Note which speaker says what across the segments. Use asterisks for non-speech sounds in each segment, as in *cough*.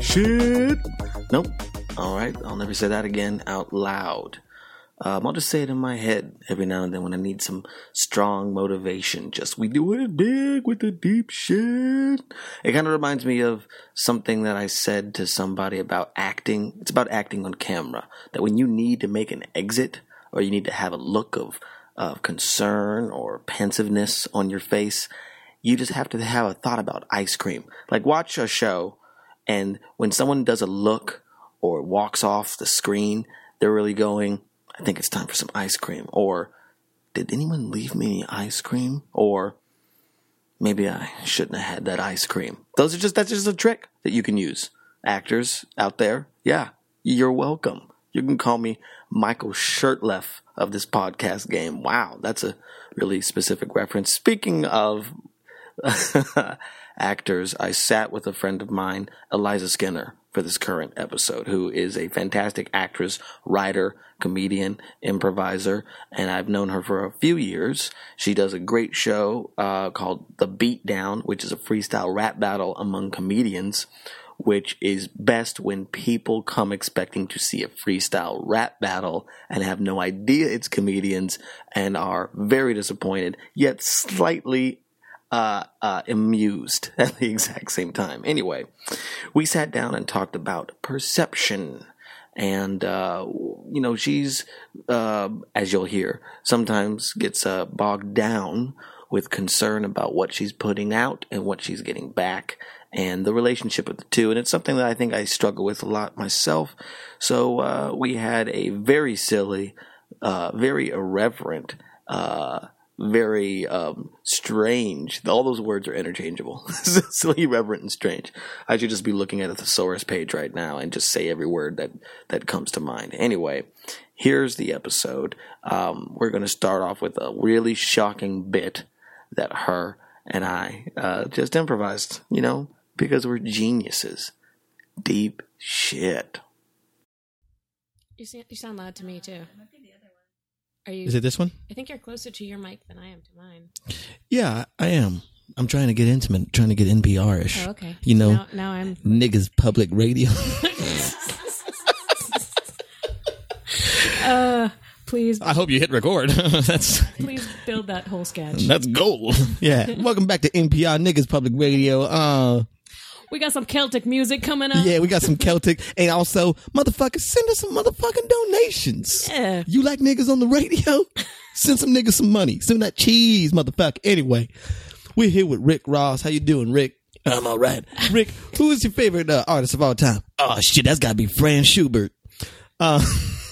Speaker 1: Shit.
Speaker 2: Nope. All right. I'll never say that again out loud. Um, I'll just say it in my head every now and then when I need some strong motivation. Just we do it dig with the deep shit. It kind of reminds me of something that I said to somebody about acting. It's about acting on camera. That when you need to make an exit or you need to have a look of of concern or pensiveness on your face, you just have to have a thought about ice cream. Like watch a show, and when someone does a look or walks off the screen, they're really going. I think it's time for some ice cream. Or, did anyone leave me any ice cream? Or, maybe I shouldn't have had that ice cream. Those are just, that's just a trick that you can use. Actors out there, yeah, you're welcome. You can call me Michael Shirtleff of this podcast game. Wow, that's a really specific reference. Speaking of *laughs* actors, I sat with a friend of mine, Eliza Skinner, for this current episode, who is a fantastic actress, writer, comedian, improviser, and I've known her for a few years. She does a great show uh, called The Beatdown, which is a freestyle rap battle among comedians, which is best when people come expecting to see a freestyle rap battle and have no idea it's comedians and are very disappointed, yet slightly uh, uh, amused *laughs* at the exact same time. Anyway, we sat down and talked about perception. And, uh, you know, she's, uh, as you'll hear, sometimes gets uh, bogged down with concern about what she's putting out and what she's getting back and the relationship of the two. And it's something that I think I struggle with a lot myself. So uh, we had a very silly, uh, very irreverent, uh, very um, strange. All those words are interchangeable. *laughs* Silly, irreverent, and strange. I should just be looking at a thesaurus page right now and just say every word that that comes to mind. Anyway, here's the episode. Um, we're going to start off with a really shocking bit that her and I uh, just improvised. You know, because we're geniuses. Deep shit.
Speaker 3: You sound, you sound loud to me too. Are you?
Speaker 1: Is it this one?
Speaker 3: I think you're closer to your mic than I am to mine.
Speaker 1: Yeah, I am. I'm trying to get intimate, trying to get NPR ish.
Speaker 3: Oh, okay.
Speaker 1: You know,
Speaker 3: Now, now I'm. *laughs*
Speaker 1: niggas public radio.
Speaker 3: Uh, please,
Speaker 1: *laughs* I hope you hit record. *laughs* that's
Speaker 3: please build that whole sketch.
Speaker 1: that's gold.
Speaker 3: *laughs*
Speaker 1: Yeah. Welcome back to NPR niggas public radio. Uh,
Speaker 3: We got some Celtic music coming up.
Speaker 1: yeah, we got some Celtic, and also motherfuckers send us some motherfucking donations.
Speaker 3: Yeah.
Speaker 1: You like niggas on the radio? Send some niggas some money. Send that cheese, motherfucker. Anyway, we're here with Rick Ross. How you doing, Rick? I'm all right. Rick, who is your favorite uh, artist of all time? Oh shit, that's got to be Fran Schubert. Uh, *laughs*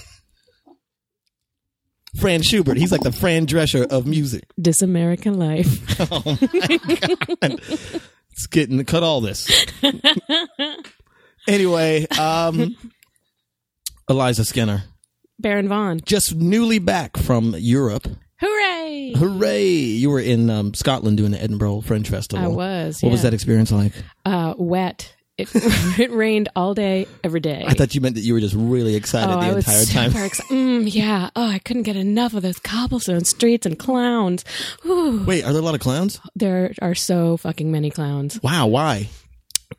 Speaker 1: Fran Schubert. He's like the Fran Drescher of music.
Speaker 3: This American Life.
Speaker 1: It's getting cut all this. anyway, um, Eliza Skinner
Speaker 3: Baron Vaughn.
Speaker 1: just newly back from Europe.
Speaker 3: Mm-hmm. Hooray!
Speaker 1: Hooray! You were in um, Scotland doing the Edinburgh Fringe Festival.
Speaker 3: I was,
Speaker 1: What was
Speaker 3: yeah.
Speaker 1: that experience like?
Speaker 3: Uh, wet. It, *laughs* it rained all day, every day.
Speaker 1: I thought you meant that you were just really excited
Speaker 3: oh,
Speaker 1: the
Speaker 3: I was
Speaker 1: entire
Speaker 3: super
Speaker 1: time.
Speaker 3: excited. Mm, yeah. Oh, I couldn't get enough of those cobblestone streets and clowns. *laughs* Ooh,
Speaker 1: Wait, are there a lot of clowns?
Speaker 3: there are so fucking many clowns.
Speaker 1: Wow, why?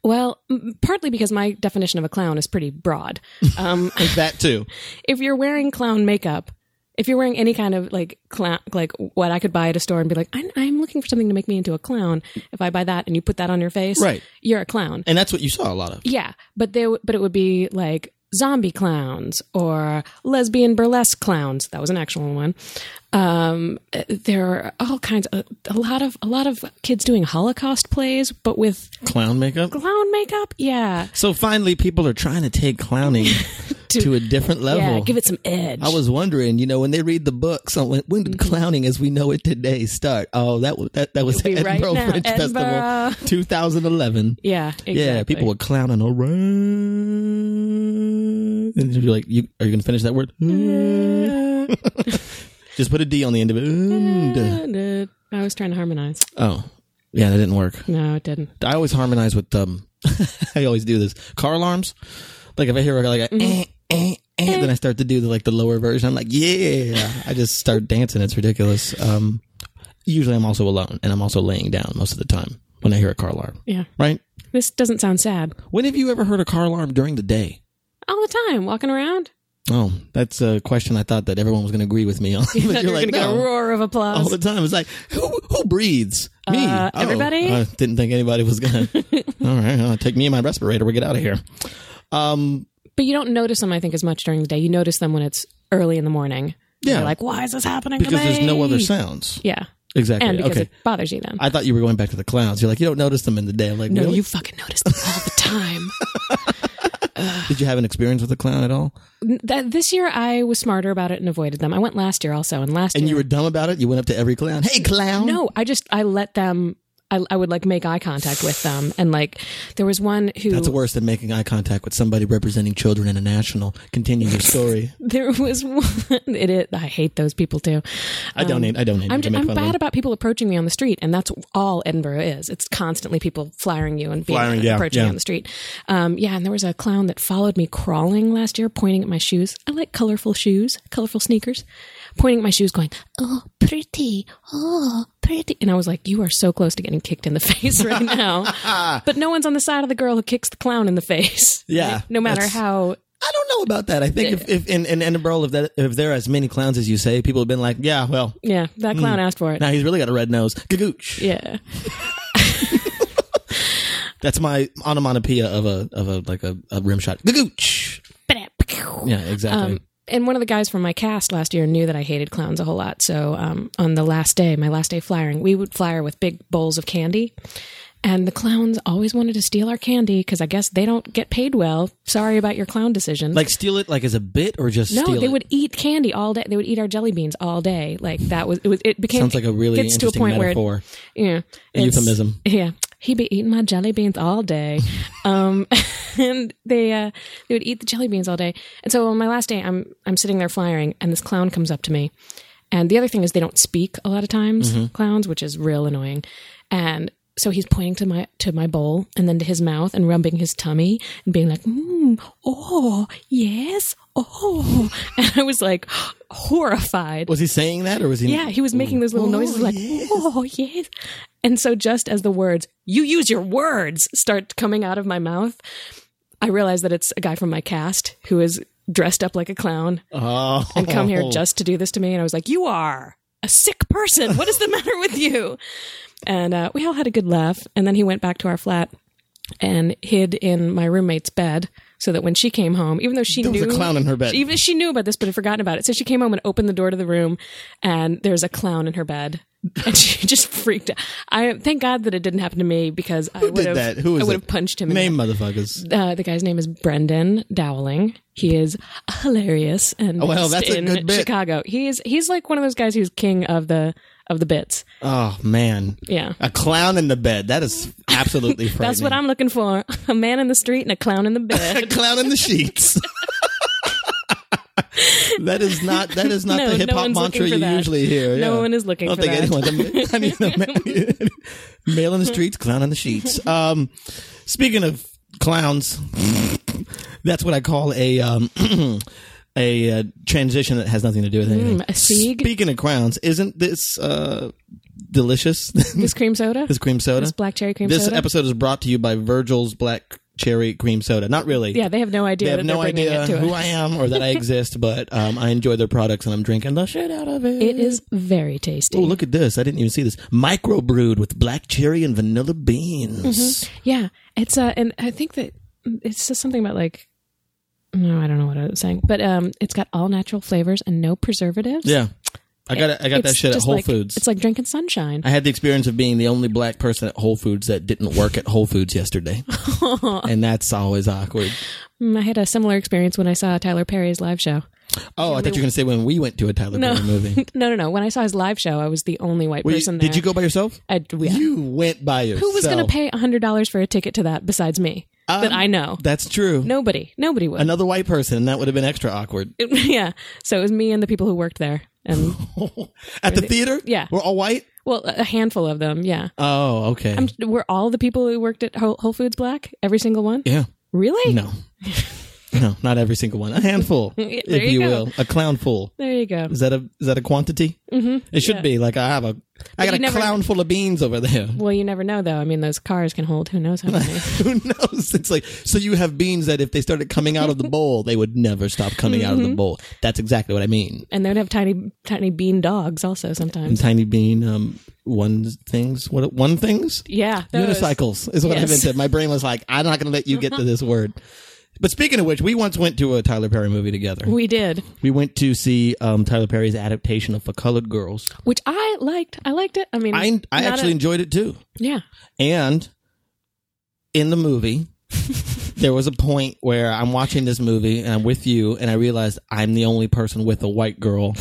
Speaker 3: Well, m- partly because my definition of a clown is pretty broad. Um,
Speaker 1: That too.
Speaker 3: if you're wearing clown makeup, if you're wearing any kind of like clown, like what I could buy at a store and be like, I'm, I'm looking for something to make me into a clown. If I buy that and you put that on your face,
Speaker 1: Right.
Speaker 3: you're a clown.
Speaker 1: And that's what you saw a lot of.
Speaker 3: Yeah, but they w- but it would be like zombie clowns or lesbian burlesque clowns. That was an actual one. Um, uh, there are all kinds of a lot of a lot of kids doing Holocaust plays, but with
Speaker 1: Clown makeup?
Speaker 3: clown makeup. Yeah.
Speaker 1: So finally, people are trying to take
Speaker 3: *laughs*
Speaker 1: clowning to, a different level.
Speaker 3: Yeah, give it some edge.
Speaker 1: I was wondering, you know, when they read the books on when, when
Speaker 3: Mm-hmm.
Speaker 1: did clowning as we know it today start? Oh, that was that, that was
Speaker 3: be right
Speaker 1: Edinburgh
Speaker 3: now,
Speaker 1: Fringe Festival,
Speaker 3: Edinburgh.
Speaker 1: 2011.
Speaker 3: yeah, exactly.
Speaker 1: Yeah, people were clowning around, and you'd be like, you, "Are you going to finish that word?" *laughs* Just put a D on the end of it.
Speaker 3: *laughs*
Speaker 1: And-
Speaker 3: I was trying to harmonize.
Speaker 1: Oh, yeah, that didn't work.
Speaker 3: No, it didn't.
Speaker 1: I always harmonize with um. *laughs* I always do this car alarms. Like if I hear like a, eh, eh, eh, then I start to do the like the lower version. I'm like, yeah, I just start dancing. It's ridiculous. Um, usually I'm also alone and I'm also laying down most of the time when I hear a car alarm.
Speaker 3: Yeah.
Speaker 1: Right.
Speaker 3: This doesn't sound sad.
Speaker 1: When have you ever heard a car alarm during the day?
Speaker 3: All the time, walking
Speaker 1: *laughs*
Speaker 3: around.
Speaker 1: Oh, that's a question I thought that everyone was going to agree with me on. *laughs*
Speaker 3: You thought you were going to get a roar of
Speaker 1: all
Speaker 3: applause.
Speaker 1: the time. It's like who who breathes? Me.
Speaker 3: Uh,
Speaker 1: Oh,
Speaker 3: everybody?
Speaker 1: I didn't think anybody
Speaker 3: *laughs*
Speaker 1: was gonna. all right, uh, take me and my respirator. We get out of here. Um,
Speaker 3: but you don't notice them, I think, as much during the day. You notice them when it's early in the morning.
Speaker 1: Yeah.
Speaker 3: You're like, why is this happening
Speaker 1: because
Speaker 3: to me?
Speaker 1: there's no other sounds.
Speaker 3: Yeah.
Speaker 1: Exactly.
Speaker 3: And because
Speaker 1: okay.
Speaker 3: it bothers you then.
Speaker 1: I thought you were going back to the clowns. You're like you don't notice them in the day. I'm like,
Speaker 3: no,
Speaker 1: really?
Speaker 3: you fucking notice them all the
Speaker 1: *laughs*
Speaker 3: time.
Speaker 1: did you have an experience with a clown at all?
Speaker 3: that, this year I was smarter about it and avoided them. I went last year also, and last
Speaker 1: And
Speaker 3: year
Speaker 1: you were dumb about it. You went up to every clown. Hey, clown!
Speaker 3: No, I just I let them. I, I would like make eye contact with them, and like there was one who
Speaker 1: That's worse than making eye contact with somebody representing Children International. Continue
Speaker 3: *laughs*
Speaker 1: your story.
Speaker 3: *laughs* there was one. *laughs* It, it I hate those people too.
Speaker 1: I don't need. I don't need.
Speaker 3: Um, I'm,
Speaker 1: to
Speaker 3: just,
Speaker 1: make
Speaker 3: I'm
Speaker 1: fun of them.
Speaker 3: bad about people approaching me on the street, and that's all Edinburgh is. It's constantly people flying you and being
Speaker 1: Flying, yeah,
Speaker 3: approaching me
Speaker 1: yeah.
Speaker 3: on the street. Um, yeah, and there was a clown that followed me crawling last year, pointing at my shoes. I like colorful shoes, colorful sneakers, pointing at my shoes, going, "Oh, pretty, oh, pretty," and I was like, "You are so close to getting kicked in the *laughs* face right
Speaker 1: *laughs*
Speaker 3: now." but no one's on the side of the girl who kicks the clown in the face.
Speaker 1: Yeah,
Speaker 3: Right? no matter
Speaker 1: that's-
Speaker 3: how.
Speaker 1: I don't know about that. I think if, if in, in Edinburgh, if, that, if there are as many clowns as you say, people have been like, yeah, well,
Speaker 3: Yeah, that
Speaker 1: Mm.
Speaker 3: clown asked for it.
Speaker 1: now he's really got a red nose. Gagooch.
Speaker 3: Yeah.
Speaker 1: That's my onomatopoeia of a of a like a, a rim shot. Gagooch. Yeah, exactly.
Speaker 3: Um, and one of the guys from my cast last year knew that I hated clowns a whole lot. So um, on the last day, my last day flyering, we would flyer with big bowls of candy. And the clowns always wanted to steal our candy because I guess they don't get paid well. Sorry about your clown decision.
Speaker 1: like steal it like as a bit or just
Speaker 3: no,
Speaker 1: steal
Speaker 3: they
Speaker 1: it?
Speaker 3: would eat candy all day. They would eat our jelly beans all day. Like that was it was it became
Speaker 1: Sounds like a really
Speaker 3: gets to a
Speaker 1: interesting
Speaker 3: point
Speaker 1: metaphor.
Speaker 3: where it, yeah
Speaker 1: A
Speaker 3: it's-
Speaker 1: euphemism.
Speaker 3: yeah. He'd be eating my jelly beans all day. um, *laughs* and they uh, they would eat the jelly beans all day. And so on my last day, I'm I'm sitting there flyering, and this clown comes up to me. And the other thing is they don't speak a lot of times,
Speaker 1: Mm-hmm.
Speaker 3: clowns, which is real annoying. And so he's pointing to my to my bowl and then to his mouth and rubbing his tummy and being like, mm, "Oh yes, oh." *laughs* And I was like *gasps* horrified.
Speaker 1: was he saying that or was he?
Speaker 3: Yeah, he was making those little noises like, oh, yes. And so, just as the words, you use your words, start coming out of my mouth, I realize that it's a guy from my cast who is dressed up like a clown
Speaker 1: Oh.
Speaker 3: and come here just to do this to me. And I was like, you are a sick person. What is the matter with you? And uh, we all had a good laugh. And then he went back to our flat and hid in my roommate's bed so that when she came home, even though she
Speaker 1: There was
Speaker 3: knew
Speaker 1: a clown in her bed.
Speaker 3: even she knew about this but had forgotten about it. So she came home and opened the door to the room, and there's a clown in her bed. And she *laughs* just freaked out. I thank God that it didn't happen to me because I would
Speaker 1: did
Speaker 3: have
Speaker 1: that? Who was
Speaker 3: I would
Speaker 1: it?
Speaker 3: have punched him. in the
Speaker 1: Name motherfuckers.
Speaker 3: uh, the guy's name is Brendan Dowling. He is hilarious and
Speaker 1: Oh, well,
Speaker 3: based
Speaker 1: that's a
Speaker 3: in
Speaker 1: good bit.
Speaker 3: Chicago. He's he's like one of those guys who's king of the of the bits.
Speaker 1: Oh man.
Speaker 3: Yeah.
Speaker 1: A clown in the bed. That is absolutely
Speaker 3: *laughs*
Speaker 1: frightening.
Speaker 3: That's what I'm looking for. *laughs* A man in the street and a clown in the
Speaker 1: *laughs* a
Speaker 3: bed.
Speaker 1: clown in
Speaker 3: *laughs*
Speaker 1: the sheets. that is not that is not
Speaker 3: No,
Speaker 1: the
Speaker 3: no
Speaker 1: hip hop
Speaker 3: one's
Speaker 1: mantra
Speaker 3: looking for
Speaker 1: you
Speaker 3: that.
Speaker 1: usually hear.
Speaker 3: No
Speaker 1: yeah.
Speaker 3: one is looking
Speaker 1: I
Speaker 3: for
Speaker 1: don't think
Speaker 3: that. *laughs*
Speaker 1: anyone's. I mean, no, man. Male in the streets, clown in
Speaker 3: *laughs*
Speaker 1: the sheets. Um, speaking of clowns, that's what I call a um, *clears throat* a uh, transition that has nothing to do with anything.
Speaker 3: Mm, a sieg?
Speaker 1: Speaking of clowns, isn't this uh, delicious? *laughs*
Speaker 3: this cream soda.
Speaker 1: this cream soda.
Speaker 3: This black cherry cream
Speaker 1: This
Speaker 3: soda.
Speaker 1: episode is brought to you by Virgil's Black Cherry Cream Soda. Not really
Speaker 3: yeah, they have no idea.
Speaker 1: they
Speaker 3: that
Speaker 1: have no
Speaker 3: they're bringing
Speaker 1: idea
Speaker 3: It, to
Speaker 1: who
Speaker 3: us.
Speaker 1: I am or that I exist, but um, I enjoy their products and I'm drinking the shit out of it.
Speaker 3: it is very tasty.
Speaker 1: Oh, look at this. I didn't even see this. Micro brewed with black cherry and vanilla beans.
Speaker 3: Yeah, it's uh, and I think that it says something about like. No, I don't know what I was saying, but um, it's got all natural flavors and no preservatives.
Speaker 1: Yeah. I got I got that
Speaker 3: It's
Speaker 1: shit at
Speaker 3: just
Speaker 1: Whole
Speaker 3: like-
Speaker 1: Foods.
Speaker 3: It's like drinking sunshine.
Speaker 1: I had the experience of being the only black person at Whole Foods that didn't work at Whole
Speaker 3: *laughs*
Speaker 1: Foods yesterday. and that's always awkward.
Speaker 3: Mm, I had a similar experience when I saw Tyler Perry's live show.
Speaker 1: Oh, I thought you were going to say when we went to a Tyler Perry
Speaker 3: *laughs*
Speaker 1: movie.
Speaker 3: no, no, no. When I saw his live show, I was the only white
Speaker 1: Were you-
Speaker 3: person there.
Speaker 1: did you go by yourself?
Speaker 3: I, yeah.
Speaker 1: You went by yourself.
Speaker 3: Who was going to pay hundred dollars for a ticket to that besides me?
Speaker 1: Um,
Speaker 3: that I know.
Speaker 1: That's true.
Speaker 3: Nobody. Nobody would.
Speaker 1: Another white person, and that would have been extra awkward.
Speaker 3: yeah. So it *laughs* was me and the people who worked there,
Speaker 1: *laughs*
Speaker 3: and
Speaker 1: At the theater?
Speaker 3: Yeah.
Speaker 1: We're all white?
Speaker 3: well, a handful of them. Yeah.
Speaker 1: Oh, okay.
Speaker 3: Were all the people who worked at Whole Whole Foods black? Every single one?
Speaker 1: yeah.
Speaker 3: Really?
Speaker 1: No. No, not every single one. A handful,
Speaker 3: *laughs* Yeah, there
Speaker 1: if
Speaker 3: you
Speaker 1: you,
Speaker 3: go.
Speaker 1: will. A clownful.
Speaker 3: There you go.
Speaker 1: Is that a is that a quantity? Mm-hmm. It should be. Like I have a I got
Speaker 3: you
Speaker 1: a
Speaker 3: never-
Speaker 1: clown full of beans over there.
Speaker 3: Well, you never know, though. I mean, those cars can hold who knows how many.
Speaker 1: *laughs* Who knows? It's like so you have beans that if they started coming
Speaker 3: *laughs*
Speaker 1: out of the bowl, they would never stop coming out of
Speaker 3: Mm-hmm.
Speaker 1: the bowl. That's exactly what I mean.
Speaker 3: and they'd have tiny, tiny bean dogs also sometimes.
Speaker 1: Tiny bean, um, one things, what one things?
Speaker 3: Yeah, those.
Speaker 1: Unicycles is what I
Speaker 3: Yes.
Speaker 1: meant to. My brain was like, I'm not going to let you get to this word. But speaking of which, we once went to a Tyler Perry movie together.
Speaker 3: We did,
Speaker 1: We went to see um, Tyler Perry's adaptation of For Colored Girls.
Speaker 3: which I liked. I liked it. I mean,
Speaker 1: I I
Speaker 3: not
Speaker 1: actually
Speaker 3: a-
Speaker 1: enjoyed it too.
Speaker 3: yeah.
Speaker 1: And in the movie, there was a point where I'm watching this movie and I'm with you, and I realized I'm the only person with a white girl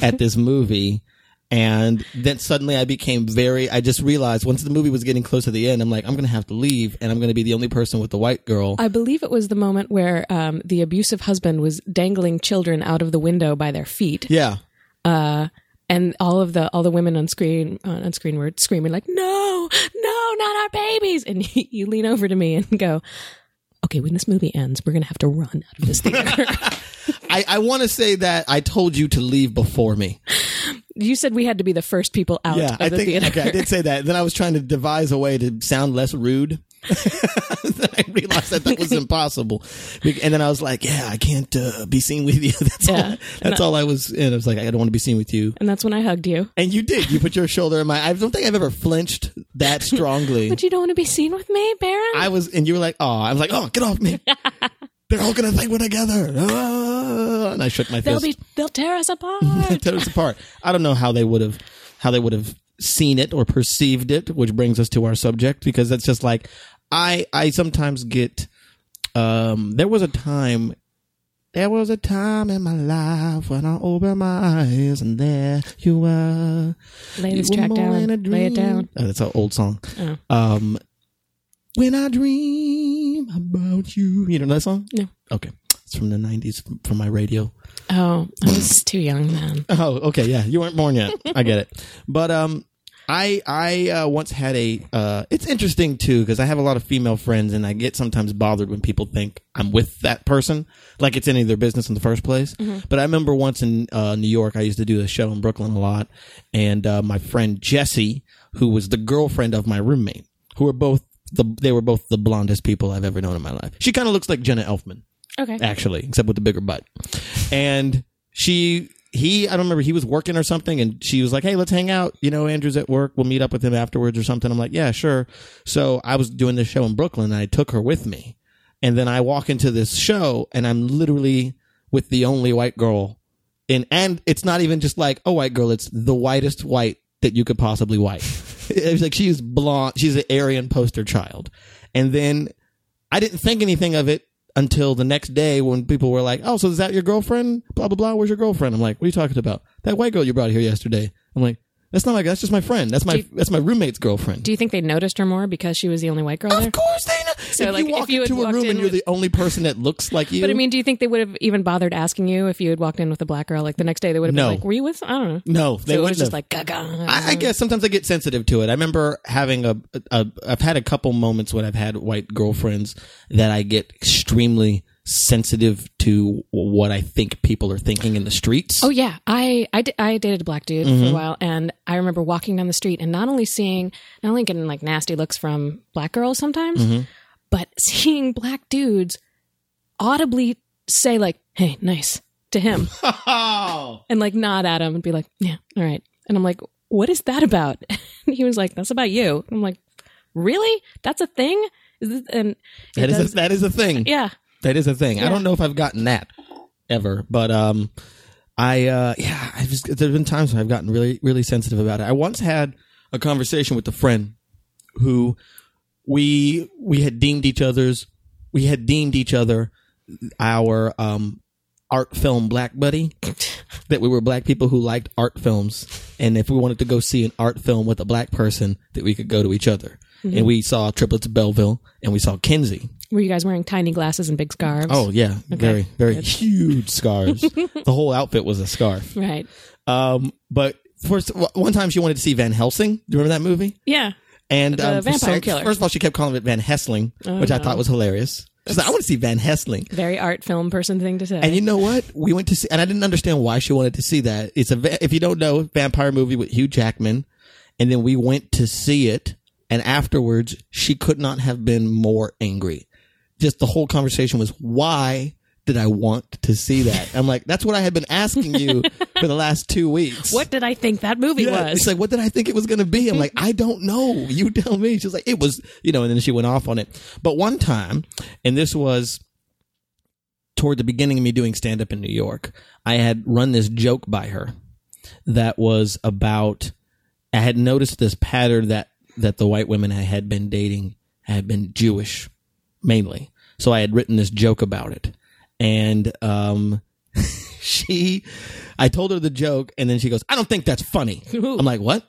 Speaker 1: at this movie. And then suddenly I became very, I just realized once the movie was getting close to the end, I'm like, I'm going to have to leave and I'm going to be the only person with a white girl.
Speaker 3: I believe it was the moment where um, the abusive husband was dangling children out of the window by their feet, uh,
Speaker 1: yeah.
Speaker 3: and all of the all the women on screen uh, on screen were screaming like, "No, no, not our babies!" And *laughs* you, you lean over to me and go, "Okay, when this movie ends, we're gonna have to run out of this
Speaker 1: *laughs*
Speaker 3: theater."
Speaker 1: I, I want to say that I told you to leave before me.
Speaker 3: you said we had to be the first people out
Speaker 1: Yeah,
Speaker 3: of
Speaker 1: I
Speaker 3: the
Speaker 1: think
Speaker 3: theater.
Speaker 1: okay, I did say that. Then I was trying to devise a way to sound less rude. *laughs* then I realized that
Speaker 3: *laughs*
Speaker 1: that was impossible, Be- and then I was like, "Yeah, I can't uh, be seen with you." *laughs* That's all.
Speaker 3: Yeah.
Speaker 1: that's all I was. And I was like, "I don't want to be seen with you."
Speaker 3: *laughs* and that's when I hugged you.
Speaker 1: And you did. You put your shoulder in my. I don't think I've ever flinched
Speaker 3: *laughs*
Speaker 1: that strongly.
Speaker 3: But you don't want to be seen with me, Baron.
Speaker 1: I was, and you were like, "Oh," I was like, "Oh, get off
Speaker 3: *laughs*
Speaker 1: me." They're all gonna think we're together, Ah, and I shook my
Speaker 3: they'll
Speaker 1: fist.
Speaker 3: be they'll tear us apart.
Speaker 1: tear us apart. I don't know how they would have how they would have seen it or perceived it, which brings us to our subject because that's just like I I sometimes get um there was a time there was a time in my life when I opened my eyes and there you were.
Speaker 3: Lay
Speaker 1: You
Speaker 3: this
Speaker 1: were
Speaker 3: track
Speaker 1: more
Speaker 3: down.
Speaker 1: than a
Speaker 3: Lay it down.
Speaker 1: dream. Oh, that's an old song.
Speaker 3: Oh.
Speaker 1: Um, when I dream about you, you don't know that song?
Speaker 3: No.
Speaker 1: Okay, it's from the '90s from, from my radio.
Speaker 3: Oh, I was too young then.
Speaker 1: *laughs* Oh, okay, yeah. You weren't born yet. I get it. But um I I uh, once had a uh it's interesting too because I have a lot of female friends and I get sometimes bothered when people think I'm with that person like it's any of their business in the first place. But I remember once in uh New York I used to do a show in Brooklyn a lot and uh my friend Jessie who was the girlfriend of my roommate who were both the they were both the blondest people I've ever known in my life. She kind of looks like Jenna Elfman
Speaker 3: Okay.
Speaker 1: actually, except with the bigger butt. And she, he, I don't remember, he was working or something, and she was like, "Hey, let's hang out." You know, Andrew's at work. We'll meet up with him afterwards or something. I'm like, "Yeah, sure." So I was doing this show in Brooklyn, and I took her with me, and then I walk into this show, and I'm literally with the only white girl, in, and it's not even just like a white girl; it's the whitest white that you could possibly white. It was like she is blonde. She's an Aryan poster child, and then I didn't think anything of it until the next day when people were like, "Oh, so is that your girlfriend?" Blah blah blah. Where's your girlfriend? I'm like, "What are you talking about? That white girl you brought here yesterday." I'm like, "That's not my. That's just my friend. That's my.
Speaker 3: Do you-
Speaker 1: that's my roommate's girlfriend."
Speaker 3: Do you think they noticed her more because she was the only white girl there?
Speaker 1: of course they know.
Speaker 3: So,
Speaker 1: if
Speaker 3: like,
Speaker 1: you walk
Speaker 3: if you had
Speaker 1: into a
Speaker 3: walked
Speaker 1: room
Speaker 3: in
Speaker 1: and you're
Speaker 3: with-
Speaker 1: the only person that looks like you,
Speaker 3: But I mean, do you think they would have even bothered asking you if you had walked in with a black girl? Like the next day, they would have
Speaker 1: No.
Speaker 3: been like, "Were you with?" I don't know.
Speaker 1: no, they
Speaker 3: so it
Speaker 1: wouldn't
Speaker 3: was just
Speaker 1: have.
Speaker 3: like, "Gaga."
Speaker 1: I, I guess sometimes I get sensitive to it. I remember having a, a, I've had a couple moments when I've had white girlfriends that I get extremely sensitive to what I think people are thinking in the streets.
Speaker 3: Oh yeah, I I, di- I dated a black dude
Speaker 1: Mm-hmm.
Speaker 3: for a while, and I remember walking down the street and not only seeing, not only getting like nasty looks from black girls sometimes,
Speaker 1: Mm. Mm-hmm.
Speaker 3: but seeing black dudes audibly say like, "Hey, nice" to him,
Speaker 1: oh.
Speaker 3: *laughs* and like nod at him and be like, "Yeah, all right," and I'm like, "What is that about?" *laughs* And he was like, "That's about you." I'm like, "Really? That's a thing?" Is this, and it
Speaker 1: That is
Speaker 3: does-
Speaker 1: a, that is a thing.
Speaker 3: yeah.
Speaker 1: That is a thing. I don't know if I've gotten that ever, but um, I uh, yeah, I've just, there's been times when I've gotten really really sensitive about it. I once had a conversation with a friend who we we had deemed each other's we had deemed each other our um art film black buddy that we were black people who liked art films and if we wanted to go see an art film with a black person that we could go to each other and we saw triplets of belleville and we saw kinsey
Speaker 3: Were you guys wearing tiny glasses and big scarves? *laughs*
Speaker 1: Oh yeah, very very huge scarves. the whole outfit was a scarf.
Speaker 3: right.
Speaker 1: Um, but first, w- one time she wanted to see Van Helsing. Do you remember that movie?
Speaker 3: Yeah.
Speaker 1: And
Speaker 3: The
Speaker 1: um, for
Speaker 3: vampire
Speaker 1: some-
Speaker 3: killer. Oh,
Speaker 1: First of all, she kept calling it Van Hessling, which I thought was hilarious. She's like, I want to see Van Helsing.
Speaker 3: Very art film person thing to say.
Speaker 1: And you know what? We went to see, and I didn't understand why she wanted to see that. It's a, va- if you don't know, vampire movie with Hugh Jackman. And then we went to see it. And afterwards, she could not have been more angry. Just the whole conversation was, why did I want to see that? I'm like, that's what I had been asking you for the last two weeks.
Speaker 3: what did I think that movie
Speaker 1: Yeah,
Speaker 3: was?
Speaker 1: It's like, what did I think it was going to be? I'm like, I don't know. *laughs* You tell me. She's like, it was, you know, and then she went off on it. But one time, and this was toward the beginning of me doing stand up in New York, I had run this joke by her that was about, I had noticed this pattern that, that the white women I had been dating had been Jewish mainly. So I had written this joke about it. And, um, *laughs* she I told her the joke and then she goes, I don't think that's funny.
Speaker 3: Ooh.
Speaker 1: I'm like, what?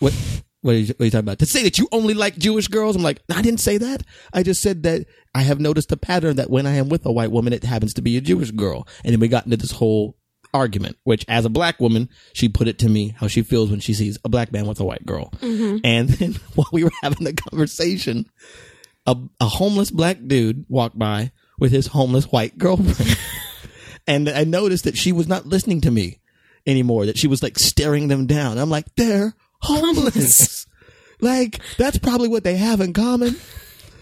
Speaker 1: What what are, you, what are you talking about? To say that you only like Jewish girls? I'm like, I didn't say that. I just said that I have noticed a pattern that when I am with a white woman, it happens to be a Jewish girl. And then we got into this whole argument, which as a black woman, she put it to me how she feels when she sees a black man with a white girl. And *laughs* then while we were having the conversation, a, a homeless black dude walked by with his homeless white *laughs* girlfriend. and I noticed that she was not listening to me anymore, that she was like staring them down. I'm like, they're *laughs* homeless. like, that's probably what they have in common.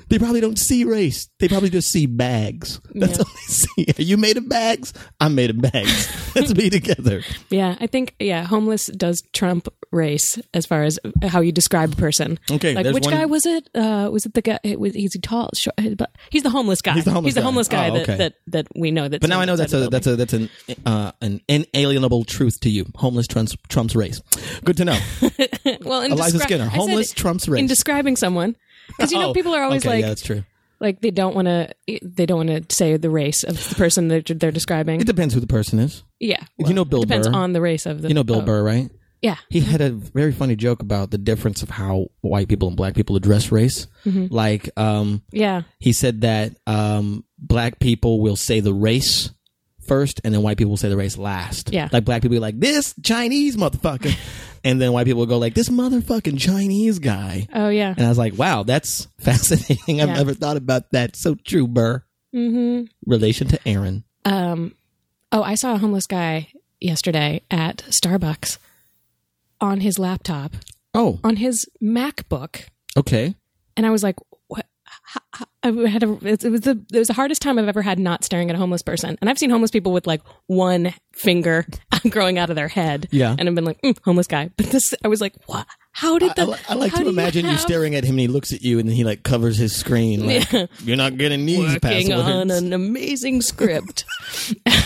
Speaker 1: They probably don't see race. They probably just see bags. That's
Speaker 3: Yeah.
Speaker 1: all they see. *laughs* Are you made of bags? I'm made of *laughs* bags. Let's be together.
Speaker 3: yeah, I think yeah, homeless does trump race as far as how you describe a person.
Speaker 1: Okay,
Speaker 3: like
Speaker 1: there's
Speaker 3: which
Speaker 1: one-
Speaker 3: guy was it? Uh, was it the guy? It was, he's tall, short, but he's the homeless guy.
Speaker 1: He's the homeless guy.
Speaker 3: guy
Speaker 1: Oh, okay.
Speaker 3: that, that that we know. That
Speaker 1: But now I know that's a that's a that's an uh, an inalienable truth to you. Homeless trumps, trumps race. Good to know.
Speaker 3: well, in
Speaker 1: Eliza
Speaker 3: descri-
Speaker 1: Skinner,
Speaker 3: I said
Speaker 1: homeless trumps race.
Speaker 3: in describing someone because you know
Speaker 1: *laughs* Oh,
Speaker 3: people are always
Speaker 1: okay,
Speaker 3: like
Speaker 1: yeah, that's true.
Speaker 3: like they don't want to they don't want to say the race of the person that they're describing.
Speaker 1: It depends who the person is.
Speaker 3: yeah,
Speaker 1: you know Bill
Speaker 3: depends
Speaker 1: Burr.
Speaker 3: on the race of the
Speaker 1: You know Bill
Speaker 3: of-
Speaker 1: Burr, right?
Speaker 3: Yeah,
Speaker 1: He had a very funny joke about the difference of how white people and black people address race.
Speaker 3: Mm-hmm.
Speaker 1: Like, um,
Speaker 3: yeah.
Speaker 1: he said that um, black people will say the race first, and then white people will say the race last.
Speaker 3: Yeah.
Speaker 1: like black people be like this
Speaker 3: *laughs*
Speaker 1: Chinese motherfucker, and then white people will go like this motherfucking Chinese guy.
Speaker 3: Oh yeah.
Speaker 1: And I was like, wow, that's *laughs* fascinating. I've
Speaker 3: Yeah.
Speaker 1: never thought about that. So true, Burr.
Speaker 3: Mm-hmm.
Speaker 1: Relation to Aaron.
Speaker 3: Um, oh, I saw a homeless guy yesterday at Starbucks on his laptop,
Speaker 1: Oh,
Speaker 3: on his MacBook,
Speaker 1: okay.
Speaker 3: and I was like, "What?" h- h- I had a, it was the it was the hardest time I've ever had not staring at a homeless person, and I've seen homeless people with like one finger *laughs* growing out of their head,
Speaker 1: Yeah.
Speaker 3: and I've been like, mm, "Homeless guy," but this I was like, "What? How did
Speaker 1: I,
Speaker 3: the?"
Speaker 1: li- I like
Speaker 3: how
Speaker 1: to
Speaker 3: do
Speaker 1: imagine you,
Speaker 3: have
Speaker 1: staring at him and he looks at you and then he like covers his screen. Like, You're not getting these
Speaker 3: Working
Speaker 1: passwords.
Speaker 3: on an amazing script.
Speaker 1: I'm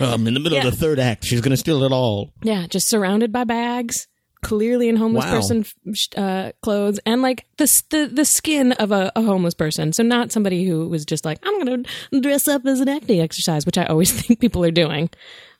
Speaker 1: Um, in the middle
Speaker 3: Yeah.
Speaker 1: of the third act. She's going to steal it all.
Speaker 3: Yeah, just surrounded by bags, clearly in homeless
Speaker 1: Wow.
Speaker 3: person f- sh- uh, clothes, and like the s- the, the skin of a, a homeless person. So not somebody who was just like, I'm going to dress up as an acne exercise, which I always *laughs* think people are doing.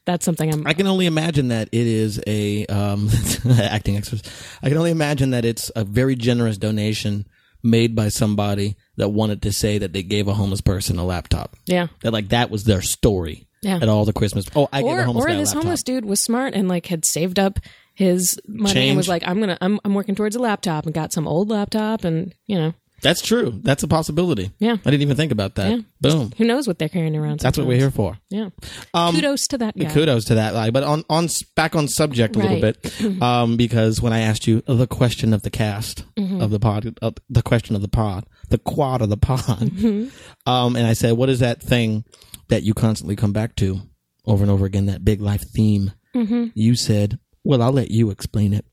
Speaker 3: That's something I'm.
Speaker 1: I can only imagine that it is a um, *laughs* acting exercise. I can only imagine that it's a very generous donation made by somebody that wanted to say that they gave a homeless person a laptop.
Speaker 3: yeah.
Speaker 1: That like that was their story
Speaker 3: Yeah.
Speaker 1: at all the Christmas. Oh, I gave
Speaker 3: Or
Speaker 1: a homeless
Speaker 3: or
Speaker 1: guy a
Speaker 3: this
Speaker 1: laptop.
Speaker 3: homeless dude was smart and like had saved up his money and
Speaker 1: Change.
Speaker 3: was like, I'm gonna I'm I'm working towards a laptop and got some old laptop and you know
Speaker 1: That's true. That's a possibility.
Speaker 3: Yeah.
Speaker 1: I didn't even think about that.
Speaker 3: Yeah.
Speaker 1: Boom.
Speaker 3: who knows what they're carrying around.
Speaker 1: That's what Um, we're here for.
Speaker 3: Yeah. Kudos to that guy.
Speaker 1: Kudos to that lie. But on on s- back on subject a little
Speaker 3: Right. *laughs*
Speaker 1: bit, um, because when I asked you the question of the cast
Speaker 3: Mm-hmm.
Speaker 1: of the pod, uh, the question of the pod, the quad of the pod,
Speaker 3: Mm-hmm.
Speaker 1: um, and I said, what is that thing that you constantly come back to over and over again? That big life theme.
Speaker 3: Mm-hmm.
Speaker 1: You said, well, I'll let you explain it.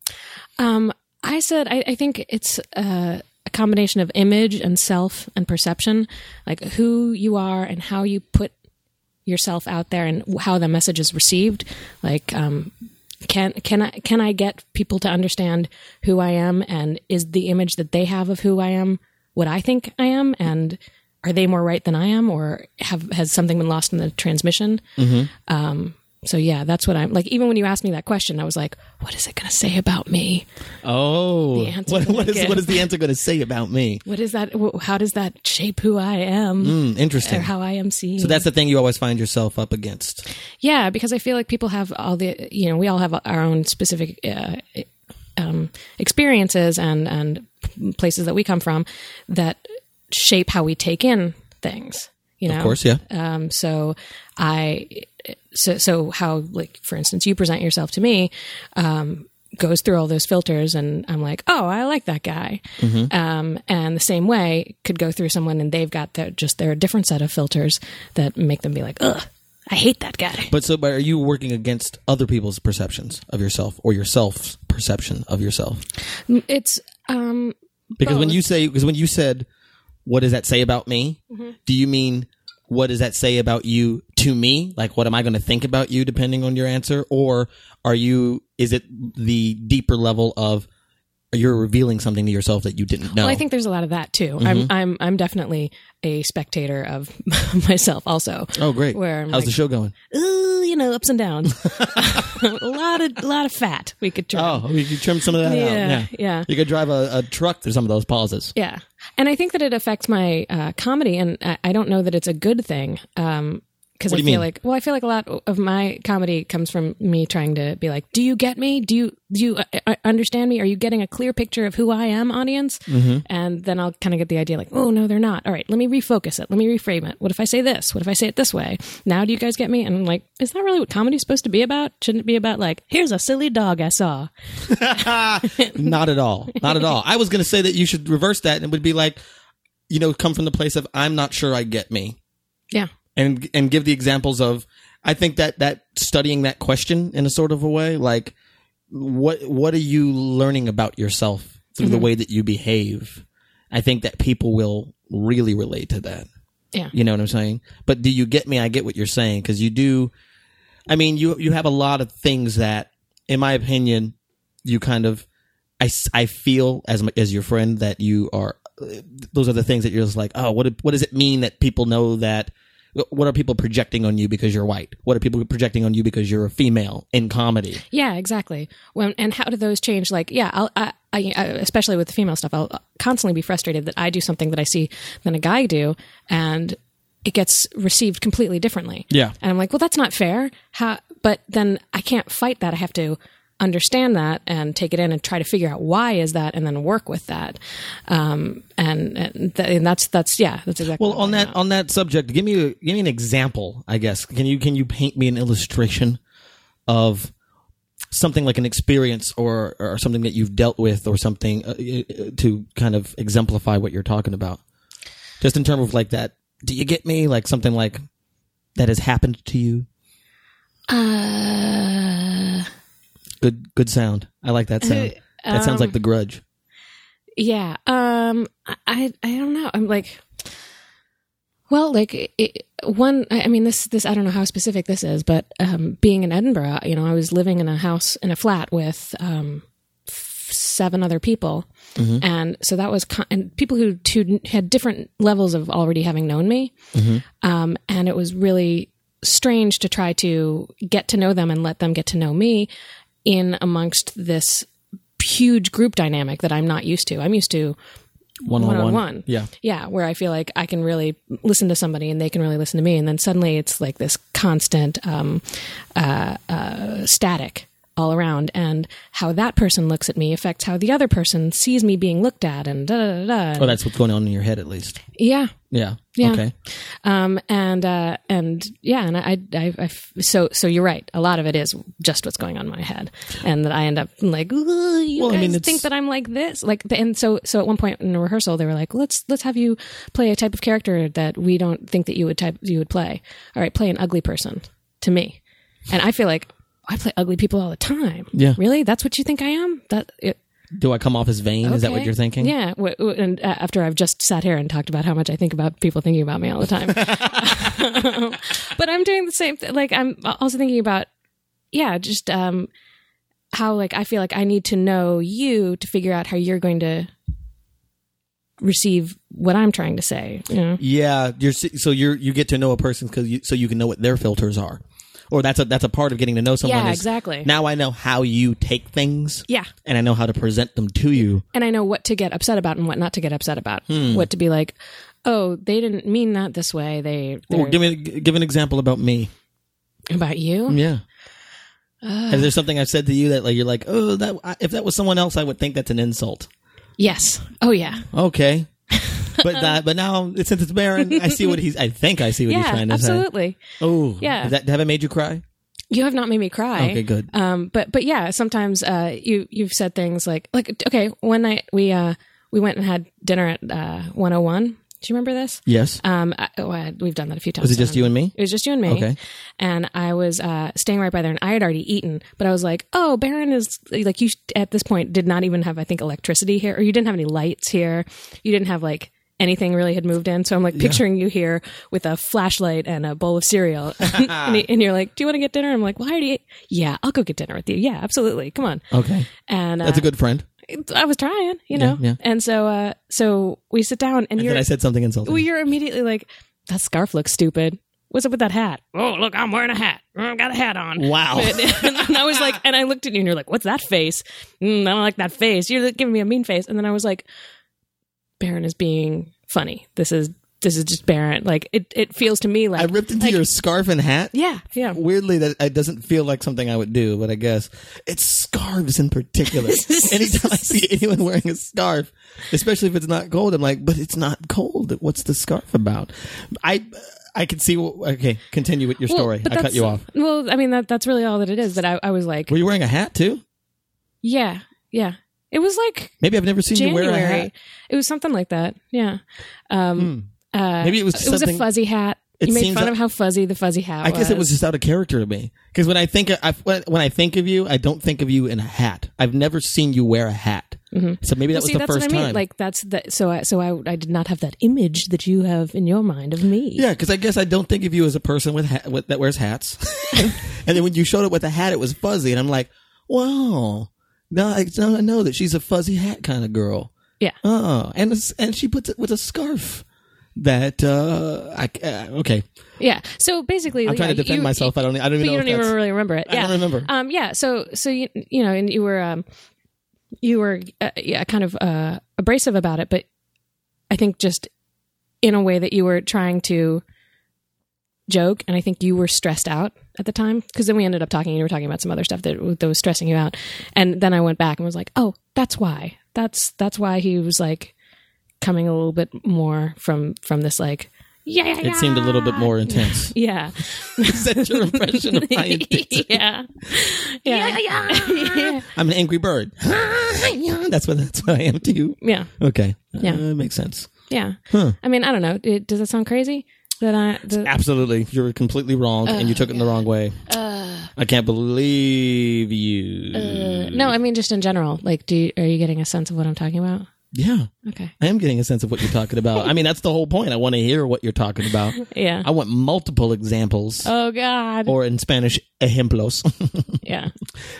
Speaker 3: Um, I said I, I think it's uh, a combination of image and self and perception, like who you are and how you put yourself out there and how the message is received. Like, um, can can I can I get people to understand who I am and is the image that they have of who I am what I think I am and are they more right than I am or have has something been lost in the transmission? Um, So yeah, that's what I'm like. Even when you asked me that question, I was like, what is it going to say about me?
Speaker 1: Oh,
Speaker 3: The answer
Speaker 1: what,
Speaker 3: that
Speaker 1: what
Speaker 3: I
Speaker 1: is
Speaker 3: give.
Speaker 1: what is the answer going to say about me?
Speaker 3: what is that wh- how does that shape who i am
Speaker 1: Hmm, interesting.
Speaker 3: or how i am seen
Speaker 1: so that's the thing you always find yourself up against.
Speaker 3: yeah because i feel like people have all the you know we all have our own specific uh, um, experiences and and places that we come from that shape how we take in things you know
Speaker 1: Of course, yeah.
Speaker 3: um, so I so so how like for instance you present yourself to me um, goes through all those filters and I'm like oh I like that guy
Speaker 1: Mm-hmm.
Speaker 3: um, and the same way could go through someone and they've got their just their different set of filters that make them be like ugh I hate that guy
Speaker 1: But so, but are you working against other people's perceptions of yourself or yourself's perception of yourself?
Speaker 3: it's um
Speaker 1: Because when
Speaker 3: Both.
Speaker 1: you say, because when you said, "What does that say about me?"
Speaker 3: Mm-hmm.
Speaker 1: Do you mean what does that say about you to me? Like, what am I going to think about you depending on your answer, or are you? Is it the deeper level of you're revealing something to yourself that you didn't know?
Speaker 3: Well, I think there's a lot of that too.
Speaker 1: Mm-hmm.
Speaker 3: I'm I'm I'm definitely a spectator of *laughs* myself also.
Speaker 1: Oh, great!
Speaker 3: Where I'm
Speaker 1: How's
Speaker 3: like-
Speaker 1: the show going?
Speaker 3: Ooh, you know, ups and downs. *laughs* a lot of lot of fat we could trim.
Speaker 1: Oh, you could trim some of that out.
Speaker 3: Yeah,
Speaker 1: Yeah,
Speaker 3: yeah.
Speaker 1: You could drive a, a truck through some of those pauses.
Speaker 3: Yeah, and I think that it affects my uh, comedy, and I, I don't know that it's a good thing. Um, because I
Speaker 1: What do
Speaker 3: feel
Speaker 1: you mean?
Speaker 3: like, well, I feel like a lot of my comedy comes from me trying to be like, "Do you get me? Do you do you uh, uh, understand me? Are you getting a clear picture of who I am, audience?"
Speaker 1: Mm-hmm.
Speaker 3: And then I'll kind of get the idea like, "Oh no, they're not. All right, let me refocus it. Let me reframe it. What if I say this? What if I say it this way? Now, do you guys get me?" And I'm like, "Is that really what comedy's supposed to be about? Shouldn't it be about like, here's a silly dog I saw?
Speaker 1: *laughs* Not at all. Not at all. I was going to say that you should reverse that and it would be like, you know, come from the place of I'm not sure I get me,
Speaker 3: Yeah,
Speaker 1: and and give the examples of I think that that studying that question in a sort of a way, like what what are you learning about yourself through the way that you behave? I think that people will really relate to that.
Speaker 3: yeah,
Speaker 1: You know what I'm saying? But do you get me? I get what you're saying because you do. I mean, you you have a lot of things that, in my opinion, you kind of. I, s- I feel as my, as your friend that you are. uh, Those are the things that you're just like, oh, what do- what does it mean that people know that? What are people projecting on you because you're white? What are people projecting on you because you're a female in comedy?
Speaker 3: Yeah, exactly. When and how do those change? Like, yeah, I'll, I, I, I- especially with the female stuff, I'll constantly be frustrated that I do something that I see than a guy do, and it gets received completely differently.
Speaker 1: Yeah.
Speaker 3: and I'm like, well, that's not fair. How? But then I can't fight that. I have to understand that and take it in and try to figure out why is that, and then work with that. Um, and and, th- and that's that's yeah, that's exactly.
Speaker 1: Well,
Speaker 3: what
Speaker 1: on
Speaker 3: I
Speaker 1: that on that subject, give me a, give me an example. I guess can you can you paint me an illustration of something like an experience or or something that you've dealt with or something uh, uh, to kind of exemplify what you're talking about? Just in terms of like that, do you get me? Like something like that has happened to you?
Speaker 3: Uh,
Speaker 1: Good good sound. I like that sound. That
Speaker 3: Uh,
Speaker 1: sounds like The Grudge.
Speaker 3: Yeah. Um. I- I. I don't know. I'm like. Well, like it- it, one. I I mean, this. This. I don't know how specific this is, but um, being in Edinburgh, you know, I was living in a house in a flat with um, f- seven other people, and so that was con- and people who who had different levels of already having known me, um, and it was really strange to try to get to know them and let them get to know me in amongst this huge group dynamic that I'm not used to. I'm used to
Speaker 1: One on
Speaker 3: One-on-one.
Speaker 1: one. Yeah.
Speaker 3: yeah, where I feel like I can really listen to somebody and they can really listen to me, and then suddenly it's like this constant um, uh, uh, static all around, and how that person looks at me affects how the other person sees me being looked at, and da da da da.
Speaker 1: Oh, that's what's going on in your head, at least.
Speaker 3: Yeah,
Speaker 1: Yeah.
Speaker 3: Yeah.
Speaker 1: Okay.
Speaker 3: um, and uh, and yeah, and I, I, I, I- so so you're right. A lot of it is just what's going on in my head, and that I end up like, "Ooh, you
Speaker 1: Well, I
Speaker 3: guys
Speaker 1: mean, it's-
Speaker 3: think that I'm like this, like, the- and so so at one point in a rehearsal, they were like, let's let's have you play a type of character that we don't think that you would type you would play. All right, play an ugly person to me, and I feel like I play ugly people all the time.
Speaker 1: Yeah.
Speaker 3: really, that's what you think I am. That it,
Speaker 1: Do I come off as vain? Is that what
Speaker 3: Okay.
Speaker 1: you're thinking?
Speaker 3: Yeah. W- w- and uh, after I've just sat here and talked about how much I think about people thinking about me all the
Speaker 1: *laughs*
Speaker 3: time, *laughs* but I'm doing the same. Th- like I'm also thinking about, yeah, just um, how like I feel like I need to know you to figure out how you're going to receive what I'm trying to say. You know?
Speaker 1: Yeah, you're so you're you get to know a person because you, so you can know what their filters are, or that's a that's a part of getting to know someone.
Speaker 3: Yeah,
Speaker 1: is,
Speaker 3: exactly.
Speaker 1: Now I know how you take things.
Speaker 3: Yeah.
Speaker 1: and I know how to present them to you.
Speaker 3: and I know what to get upset about and what not to get upset about.
Speaker 1: Hmm.
Speaker 3: What to be like, oh, they didn't mean that this way. They
Speaker 1: Or
Speaker 3: they're
Speaker 1: give me give an example about me.
Speaker 3: about you. Uh,
Speaker 1: Yeah. is there something I've said to you that like you're like oh that if that was someone else I would think that's an insult.
Speaker 3: *laughs* Yes. Oh yeah.
Speaker 1: Okay. but that, but now since it's Baron, I see what he's. I think I see what he's
Speaker 3: *laughs* yeah,
Speaker 1: trying to say.
Speaker 3: absolutely.
Speaker 1: Oh,
Speaker 3: Yeah.
Speaker 1: Does that have it made you cry?
Speaker 3: You have not made me cry.
Speaker 1: Okay, good.
Speaker 3: Um, but but yeah, sometimes uh, you you've said things like like okay, one night we uh we went and had dinner at uh 101. Do you remember this?
Speaker 1: Yes.
Speaker 3: Um, I, oh, I, we've done that a few times.
Speaker 1: Was it just
Speaker 3: now.
Speaker 1: you and me?
Speaker 3: It was just you and me.
Speaker 1: Okay.
Speaker 3: And I was uh, staying right by there, and I had already eaten, but I was like, "Oh, Baron is like you." sh- At this point, did not even have I think electricity here, or you didn't have any lights here. You didn't have like anything really had moved in. So I'm like picturing you here with a flashlight and a bowl of cereal, *laughs* and, y- and you're like, "Do you want to get dinner?" I'm like, "Why are you?" Yeah, I'll go get dinner with you. Yeah, absolutely. Come on.
Speaker 1: Okay.
Speaker 3: And uh,
Speaker 1: That's a good friend.
Speaker 3: I was trying, you know.
Speaker 1: yeah.
Speaker 3: And so, uh, so we sit down, and
Speaker 1: And
Speaker 3: you're
Speaker 1: then I said something insulting.
Speaker 3: well, you're immediately like, that scarf looks stupid. What's up with that hat? Oh, look, I'm wearing a hat. I got a hat on. *laughs*
Speaker 1: Wow.
Speaker 3: And, and I was like, and I looked at you and you're like, what's that face? Mm, I don't like that face. You're giving me a mean face. And then I was like, Baron is being funny. This is, this is just Baron. Like, it, it feels to me like,
Speaker 1: I ripped into
Speaker 3: like-
Speaker 1: your scarf and hat.
Speaker 3: yeah, yeah.
Speaker 1: Weirdly, that it doesn't feel like something I would do, but I guess it's scarves
Speaker 3: *laughs*
Speaker 1: in particular. Anytime I see anyone wearing a scarf, especially if it's not cold, I'm like, but it's not cold. What's the scarf about? I I can see. Okay, continue with your
Speaker 3: Well,
Speaker 1: story.
Speaker 3: but
Speaker 1: I cut
Speaker 3: that's-
Speaker 1: you off.
Speaker 3: Well, I mean, that, that's really all that it is. But I, I was like,
Speaker 1: Were you wearing a hat too?
Speaker 3: yeah, yeah. It was like
Speaker 1: Maybe I've never seen you wear a
Speaker 3: January.
Speaker 1: hat.
Speaker 3: It was something like that. Yeah. Um, uh,
Speaker 1: Hmm. Maybe it was
Speaker 3: it was a
Speaker 1: something-
Speaker 3: fuzzy hat.
Speaker 1: It
Speaker 3: you made
Speaker 1: seems
Speaker 3: fun
Speaker 1: like-
Speaker 3: of how fuzzy the fuzzy hat
Speaker 1: I
Speaker 3: was.
Speaker 1: guess it was just out of character to me because when I think I, when- when I think of you, I don't think of you in a hat. I've never seen you wear a hat, so maybe that
Speaker 3: Mm-hmm. See,
Speaker 1: was the
Speaker 3: that's
Speaker 1: first
Speaker 3: what I mean.
Speaker 1: time.
Speaker 3: Like that's the so I so I I did not have that image that you have in your mind of me.
Speaker 1: yeah, because I guess I don't think of you as a person with, ha- with that wears hats. *laughs* and then when you showed up with a hat, it was fuzzy, and I'm like, wow. Now I, now I know that she's a fuzzy hat kind of girl.
Speaker 3: Yeah.
Speaker 1: Oh, and it's- and she puts it with a scarf. That uh, I uh, okay.
Speaker 3: Yeah. So basically,
Speaker 1: I'm trying
Speaker 3: yeah,
Speaker 1: to defend
Speaker 3: you-
Speaker 1: myself. I don't. e, I don't
Speaker 3: but
Speaker 1: even know.
Speaker 3: you
Speaker 1: if
Speaker 3: don't even
Speaker 1: that's-
Speaker 3: really remember it.
Speaker 1: I
Speaker 3: Yeah.
Speaker 1: don't remember.
Speaker 3: Um, yeah. So, so you, you know, and you were, um, you were, uh, yeah, kind of uh, abrasive about it, but I think just in a way that you were trying to joke, and I think you were stressed out at the time because then we ended up talking, and you were talking about some other stuff that that was stressing you out, and then I went back and was like, oh, that's why. That's that's why he was like coming a little bit more from from this like. Yeah, yeah,
Speaker 1: it seemed a little bit
Speaker 3: yeah.
Speaker 1: more intense.
Speaker 3: Yeah.
Speaker 1: *laughs* Is that your impression of my intensity?
Speaker 3: *laughs* yeah. Yeah. Yeah.
Speaker 1: I'm an angry bird. *laughs* that's what that's what I am to you.
Speaker 3: *laughs* yeah.
Speaker 1: Okay.
Speaker 3: Yeah.
Speaker 1: Uh, makes sense.
Speaker 3: Yeah.
Speaker 1: Huh.
Speaker 3: I mean, I don't know. It, does that sound crazy? That I. The,
Speaker 1: Absolutely. You're completely wrong and you took it in the wrong way.
Speaker 3: Uh,
Speaker 1: I can't believe you.
Speaker 3: no, I mean just in general. Like, do you, are you getting a sense of what I'm talking about?
Speaker 1: yeah.
Speaker 3: Okay.
Speaker 1: I am getting a sense of what you're talking about. I mean, that's the whole point. I want to hear what you're talking about.
Speaker 3: Yeah.
Speaker 1: I want multiple examples.
Speaker 3: *laughs* oh God.
Speaker 1: or in Spanish, ejemplos. *laughs*
Speaker 3: yeah.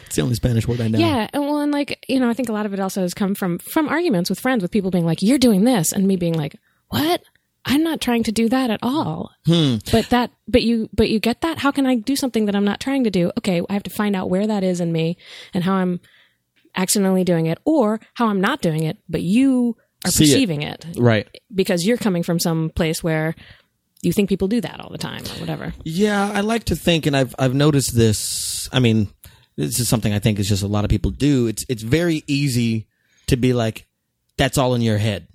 Speaker 1: it's the only Spanish word I know.
Speaker 3: Yeah. And well, and like you know, I think a lot of it also has come from from arguments with friends, with people being like, "You're doing this," and me being like, "What?" I'm not trying to do that at all.
Speaker 1: Hmm.
Speaker 3: But that, but you, but you get that. How can I do something that I'm not trying to do? Okay, I have to find out where that is in me and how I'm accidentally doing it, or how I'm not doing it. But you are
Speaker 1: See it.
Speaker 3: perceiving it.
Speaker 1: Right.
Speaker 3: because you're coming from some place where you think people do that all the time or whatever.
Speaker 1: Yeah, I like to think, and I've I've noticed this. I mean, this is something I think is just a lot of people do. It's it's very easy to be like, that's all in your head,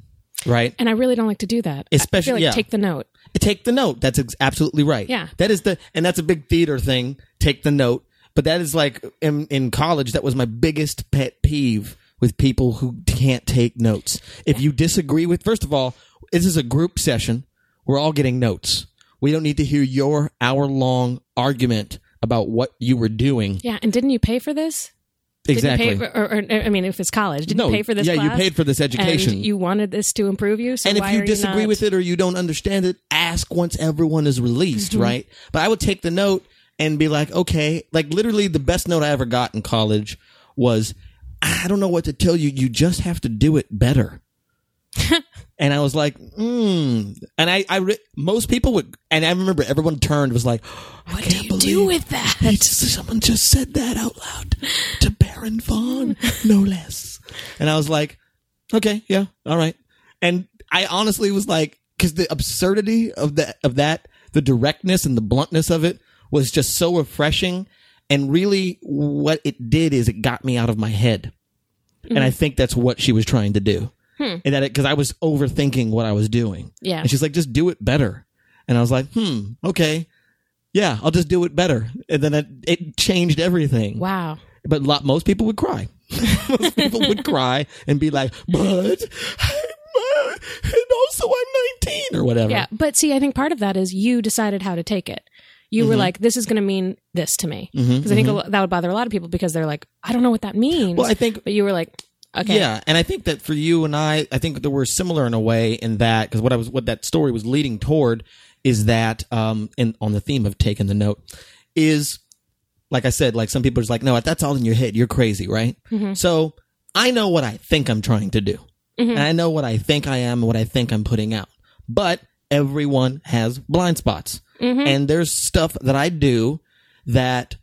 Speaker 1: right?
Speaker 3: And I really don't like to do that. I feel
Speaker 1: Especially-
Speaker 3: like
Speaker 1: yeah.
Speaker 3: take the note.
Speaker 1: Take the note. That's ex- absolutely right.
Speaker 3: Yeah.
Speaker 1: that is the and that's a big theater thing. Take the note, but that is like in in college. That was my biggest pet peeve with people who can't take notes. If you disagree with, first of all, this is a group session. We're all getting notes. We don't need to hear your hour long argument about what you were doing.
Speaker 3: Yeah, and didn't you pay for this?
Speaker 1: Exactly.
Speaker 3: Didn't you pay for, or, or, I mean, if it's college, didn't
Speaker 1: No,
Speaker 3: you pay for this?
Speaker 1: yeah, you
Speaker 3: class?
Speaker 1: paid for this education.
Speaker 3: And you wanted this to improve you. So
Speaker 1: and if
Speaker 3: why are
Speaker 1: you disagree
Speaker 3: not-
Speaker 1: with it or you don't understand it, ask once everyone is released, right? But I would take the note and be like, okay, like literally the best note I ever got in college was, I don't know what to tell you. You just have to do it better. and I was like, mm. and I, I, re- most people would, and I remember everyone turned was like, what do you
Speaker 3: do with that?
Speaker 1: *laughs* he just, someone just said that out loud to Baron Vaughn, no less. And I was like, okay, yeah, all right. And I honestly was like, because the absurdity of that, of that, the directness and the bluntness of it was just so refreshing. And really, what it did is it got me out of my head. And I think that's what she was trying to do. and that because I was overthinking what I was doing.
Speaker 3: Yeah.
Speaker 1: And she's like, just do it better. And I was like, hmm, okay, yeah, I'll just do it better. And then it, it changed everything.
Speaker 3: Wow.
Speaker 1: But a lot, most people would cry. *laughs* most people would cry and be like, but *laughs* I'm, uh, and also I'm 19 or whatever.
Speaker 3: Yeah. But see, I think part of that is you decided how to take it. You
Speaker 1: Mm-hmm.
Speaker 3: were like, this is going to mean this to me. Because I think a lo- that would bother a lot of people because they're like, I don't know what that means.
Speaker 1: Well, I think-
Speaker 3: But you were like, okay.
Speaker 1: Yeah, and I think that for you and I, I think that we're similar in a way in that because what I was what that story was leading toward is that um in on the theme of taking the note is like I said, like some people are just like, no, that's all in your head. You're crazy, right? So I know what I think I'm trying to do, and I know what I think I am, and what I think I'm putting out. But everyone has blind spots, and there's stuff that I do that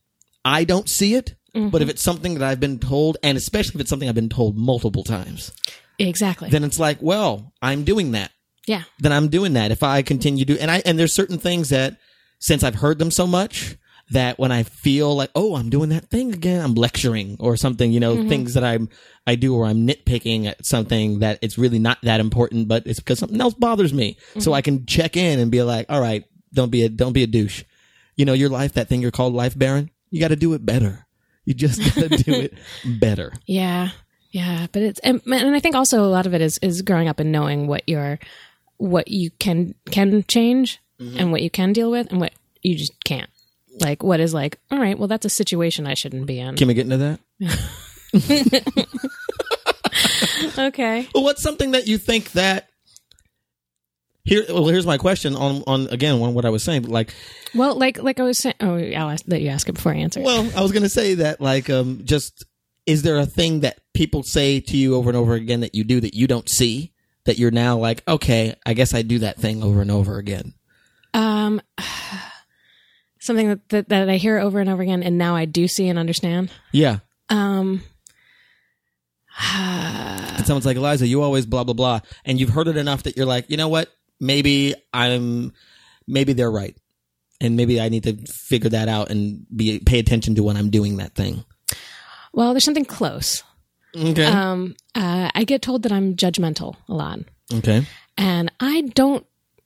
Speaker 1: I don't see it. But if it's something that I've been told, and especially if it's something I've been told multiple times,
Speaker 3: Exactly.
Speaker 1: then it's like, well, I'm doing that.
Speaker 3: yeah.
Speaker 1: Then I'm doing that. If I continue to, and I, and there's certain things that since I've heard them so much that when I feel like, oh, I'm doing that thing again, I'm lecturing or something, you know, things that I'm, I do or I'm nitpicking at something that it's really not that important, but it's because something else bothers me. So I can check in and be like, all right, don't be a, don't be a douche. You know, your life, that thing you're called life, Baron, you got to do it better. You just got to do it better.
Speaker 3: Yeah, yeah, but it's and, and I think also a lot of it is is growing up and knowing what your what you can can change and what you can deal with and what you just can't. Like what is like, all right, well that's a situation I shouldn't be in. *laughs*
Speaker 1: Can we get into that?
Speaker 3: Okay.
Speaker 1: Well, what's something that you think that here? Well, here's my question on on again on what I was saying. But like,
Speaker 3: Well, like like I was saying, oh, I'll ask, let you ask it before I answer.
Speaker 1: well, I was gonna say that like, um, just is there a thing that people say to you over and over again that you do that you don't see that you're now like, okay, I guess I do that thing over and over again.
Speaker 3: um, *sighs* something that, that that I hear over and over again, and now I do see and understand.
Speaker 1: Yeah,
Speaker 3: Um, *sighs*
Speaker 1: it sounds like Eliza. You always blah blah blah, and you've heard it enough that you're like, you know what? Maybe I'm, maybe they're right, and maybe I need to figure that out and be pay attention to when I'm doing that thing.
Speaker 3: well, there's something close.
Speaker 1: Okay.
Speaker 3: Um, uh, I get told that I'm judgmental a lot.
Speaker 1: okay.
Speaker 3: and I don't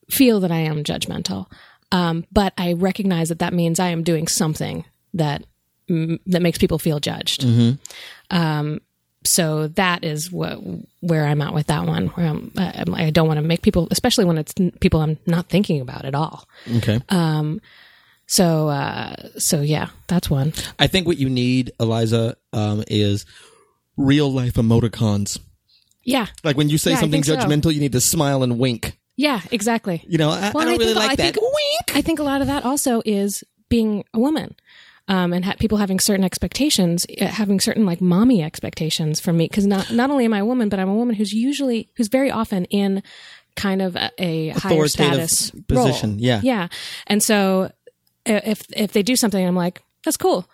Speaker 3: feel that I am judgmental, um, but I recognize that that means I am doing something that mm, that makes people feel judged. Um, so that is what where I'm at with that one. Where I'm, I- I'm, I don't want to make people, especially when it's n- people I'm not thinking about at all.
Speaker 1: Okay.
Speaker 3: So uh, so yeah, that's one.
Speaker 1: I think what you need, Eliza, um, is real life emoticons.
Speaker 3: Yeah,
Speaker 1: Like when you say
Speaker 3: Yeah, I
Speaker 1: something
Speaker 3: think so.
Speaker 1: judgmental, you need to smile and wink.
Speaker 3: yeah, exactly.
Speaker 1: You know, I,
Speaker 3: Well,
Speaker 1: I don't
Speaker 3: I
Speaker 1: really
Speaker 3: think-
Speaker 1: like
Speaker 3: I
Speaker 1: that.
Speaker 3: think- I think a lot of that also is being a woman. Um, and ha- people having certain expectations, uh, having certain like mommy expectations for me, because not not only am I a woman, but I'm a woman who's usually who's very often in kind of a, a higher
Speaker 1: Authoritative
Speaker 3: status
Speaker 1: position,
Speaker 3: role.
Speaker 1: yeah.
Speaker 3: yeah. And so, i- if if they do something, I'm like, that's cool.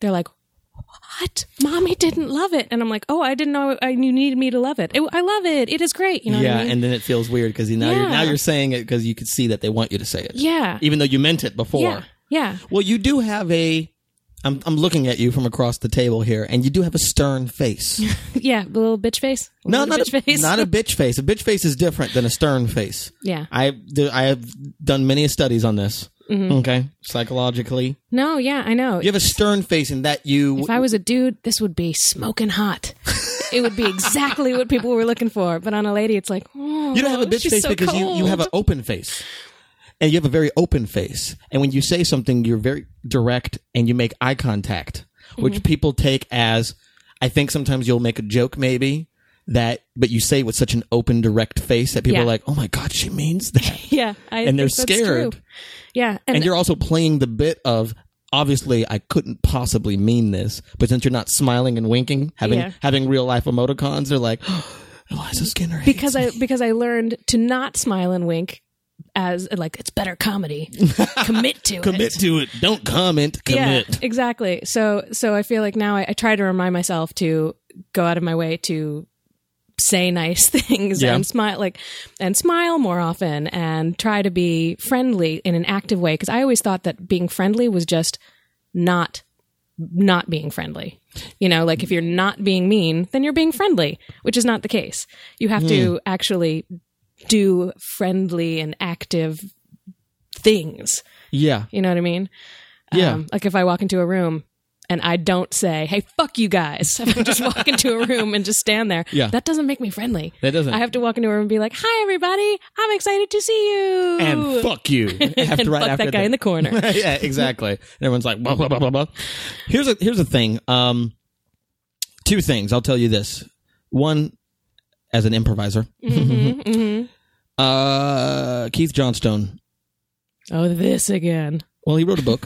Speaker 3: They're like, what? Mommy didn't love it, and I'm like, oh, I didn't know I, you needed me to love it. It- I love it. It is great. You know?
Speaker 1: yeah,
Speaker 3: What I mean?
Speaker 1: and then it feels weird because now you're
Speaker 3: Yeah.
Speaker 1: now you're saying it because you could see that they want you to say it.
Speaker 3: yeah.
Speaker 1: Even though you meant it before.
Speaker 3: Yeah. Yeah.
Speaker 1: Well, you do have a. I'm I'm looking at you from across the table here, and you do have a
Speaker 3: *laughs*
Speaker 1: stern face.
Speaker 3: Yeah, the little bitch face.
Speaker 1: No,
Speaker 3: Little
Speaker 1: not
Speaker 3: bitch
Speaker 1: a,
Speaker 3: face.
Speaker 1: not a bitch face. A bitch face is different than a stern face.
Speaker 3: *laughs* yeah.
Speaker 1: I do- I have done many studies on this.
Speaker 3: Mm-hmm.
Speaker 1: Okay, psychologically,
Speaker 3: No, yeah, I know.
Speaker 1: you have a stern face in that you.
Speaker 3: if I was a dude, this would be smoking
Speaker 1: *laughs*
Speaker 3: hot. it would be exactly what people were looking for. But on a lady, it's like, oh,
Speaker 1: you don't have a bitch
Speaker 3: she's
Speaker 1: face
Speaker 3: so
Speaker 1: because you, you have an
Speaker 3: cold.
Speaker 1: open face, and you have a very open face. And when you say something, you're very direct and you make eye contact, which
Speaker 3: Mm-hmm.
Speaker 1: people take as. I think sometimes you'll make a joke, maybe that, but you say it with such an open, direct face that people
Speaker 3: Yeah.
Speaker 1: are like, "Oh my god, she means that."
Speaker 3: *laughs* Yeah, I
Speaker 1: and they're
Speaker 3: think that's
Speaker 1: scared.
Speaker 3: true. Yeah, and,
Speaker 1: and you're also playing the bit of obviously I couldn't possibly mean this, but since you're not smiling and winking, having
Speaker 3: Yeah.
Speaker 1: having real life emoticons, they're like *gasps* Eliza Skinner. hates
Speaker 3: because
Speaker 1: *laughs*
Speaker 3: I because I learned to not smile and wink as like it's better
Speaker 1: *laughs*
Speaker 3: comedy. Commit to
Speaker 1: me." commit
Speaker 3: it.
Speaker 1: to it. Don't comment. Commit.
Speaker 3: Yeah, exactly. So so I feel like now I, I try to remind myself to go out of my way to say nice *laughs* things
Speaker 1: Yeah.
Speaker 3: and smile like and smile more often and try to be friendly in an active way because I always thought that being friendly was just not not being friendly. You know, like if you're not being mean, then you're being friendly, which is not the case. You have
Speaker 1: Hmm.
Speaker 3: to actually do friendly and active things.
Speaker 1: Yeah.
Speaker 3: You know what I mean?
Speaker 1: Yeah.
Speaker 3: Um, like if I walk into a room and I don't say, "Hey, fuck you guys," *laughs* if I just walk into a room and just stand there,
Speaker 1: Yeah.
Speaker 3: that doesn't make me friendly.
Speaker 1: That doesn't.
Speaker 3: I have to walk into a room and be like, "Hi, everybody! I'm excited to see you."
Speaker 1: and fuck you. After,
Speaker 3: *laughs* And
Speaker 1: right
Speaker 3: fuck
Speaker 1: after
Speaker 3: that guy
Speaker 1: *laughs*
Speaker 3: in the corner.
Speaker 1: yeah, exactly. And everyone's like, blah, blah, blah, blah, blah. Here's a here's a thing. Um, two things. I'll tell you this. One, as an improviser,
Speaker 3: Mhm, mhm.
Speaker 1: uh, Keith Johnstone.
Speaker 3: Oh, this again.
Speaker 1: Well, he wrote a book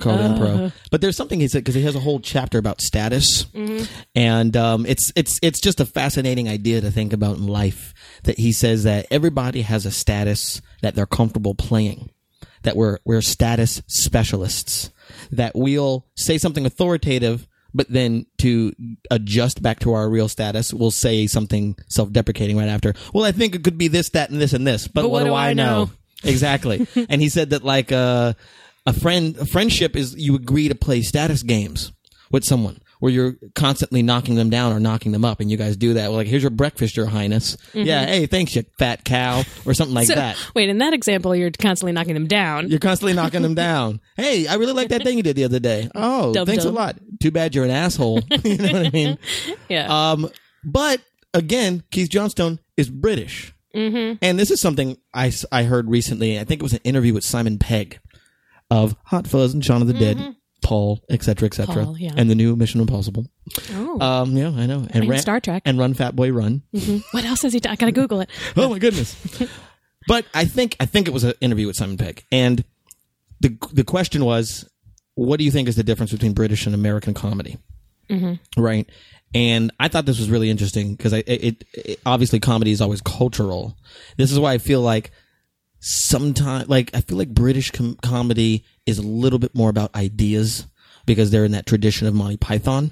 Speaker 1: called Impro, but there's something he said because he has a whole chapter about status,
Speaker 3: Mm-hmm.
Speaker 1: and um, it's it's it's just a fascinating idea to think about in life. That he says that everybody has a status that they're comfortable playing. that we're we're status specialists that we'll say something authoritative but then to adjust back to our real status we'll say something self-deprecating right after well i think it could be this that and this and this but, what, do, i know,
Speaker 3: know?
Speaker 1: *laughs* exactly and he said that like uh, a friend a friendship is you agree to play status games with someone where you're constantly knocking them down or knocking them up, and you guys do that. Well, like, here's your breakfast, Your Highness. Yeah, hey, thanks, you fat cow, or something like
Speaker 3: So,
Speaker 1: that.
Speaker 3: wait, in that example, you're constantly knocking them down.
Speaker 1: You're constantly knocking
Speaker 3: *laughs*
Speaker 1: them down. Hey, I really like that thing you did the other day. Oh,
Speaker 3: Dum
Speaker 1: thanks
Speaker 3: dum.
Speaker 1: a lot. Too bad you're an asshole. *laughs* you know what I mean?
Speaker 3: yeah.
Speaker 1: Um, but again, Keith Johnstone is British. Mm-hmm. And this is something I, s- I heard recently. I think it was an interview with Simon Pegg of Hot Fuzz and Shaun of the Dead, Paul, et cetera, et cetera,
Speaker 3: Mm-hmm. Paul, yeah.
Speaker 1: and the new Mission Impossible.
Speaker 3: oh.
Speaker 1: Um, yeah, I know.
Speaker 3: And Star Trek. Mm-hmm.
Speaker 1: And Run Fat Boy Run.
Speaker 3: what else has he done? I gotta Google it.
Speaker 1: oh my goodness. *laughs* But I think I think it was an interview with Simon Pegg, and the the question was, what do you think is the difference between British and American comedy? Right. And I thought this was really interesting because I it, it obviously comedy is always cultural. This is why I feel like sometimes like I feel like British com- comedy is a little bit more about ideas because they're in that tradition of Monty Python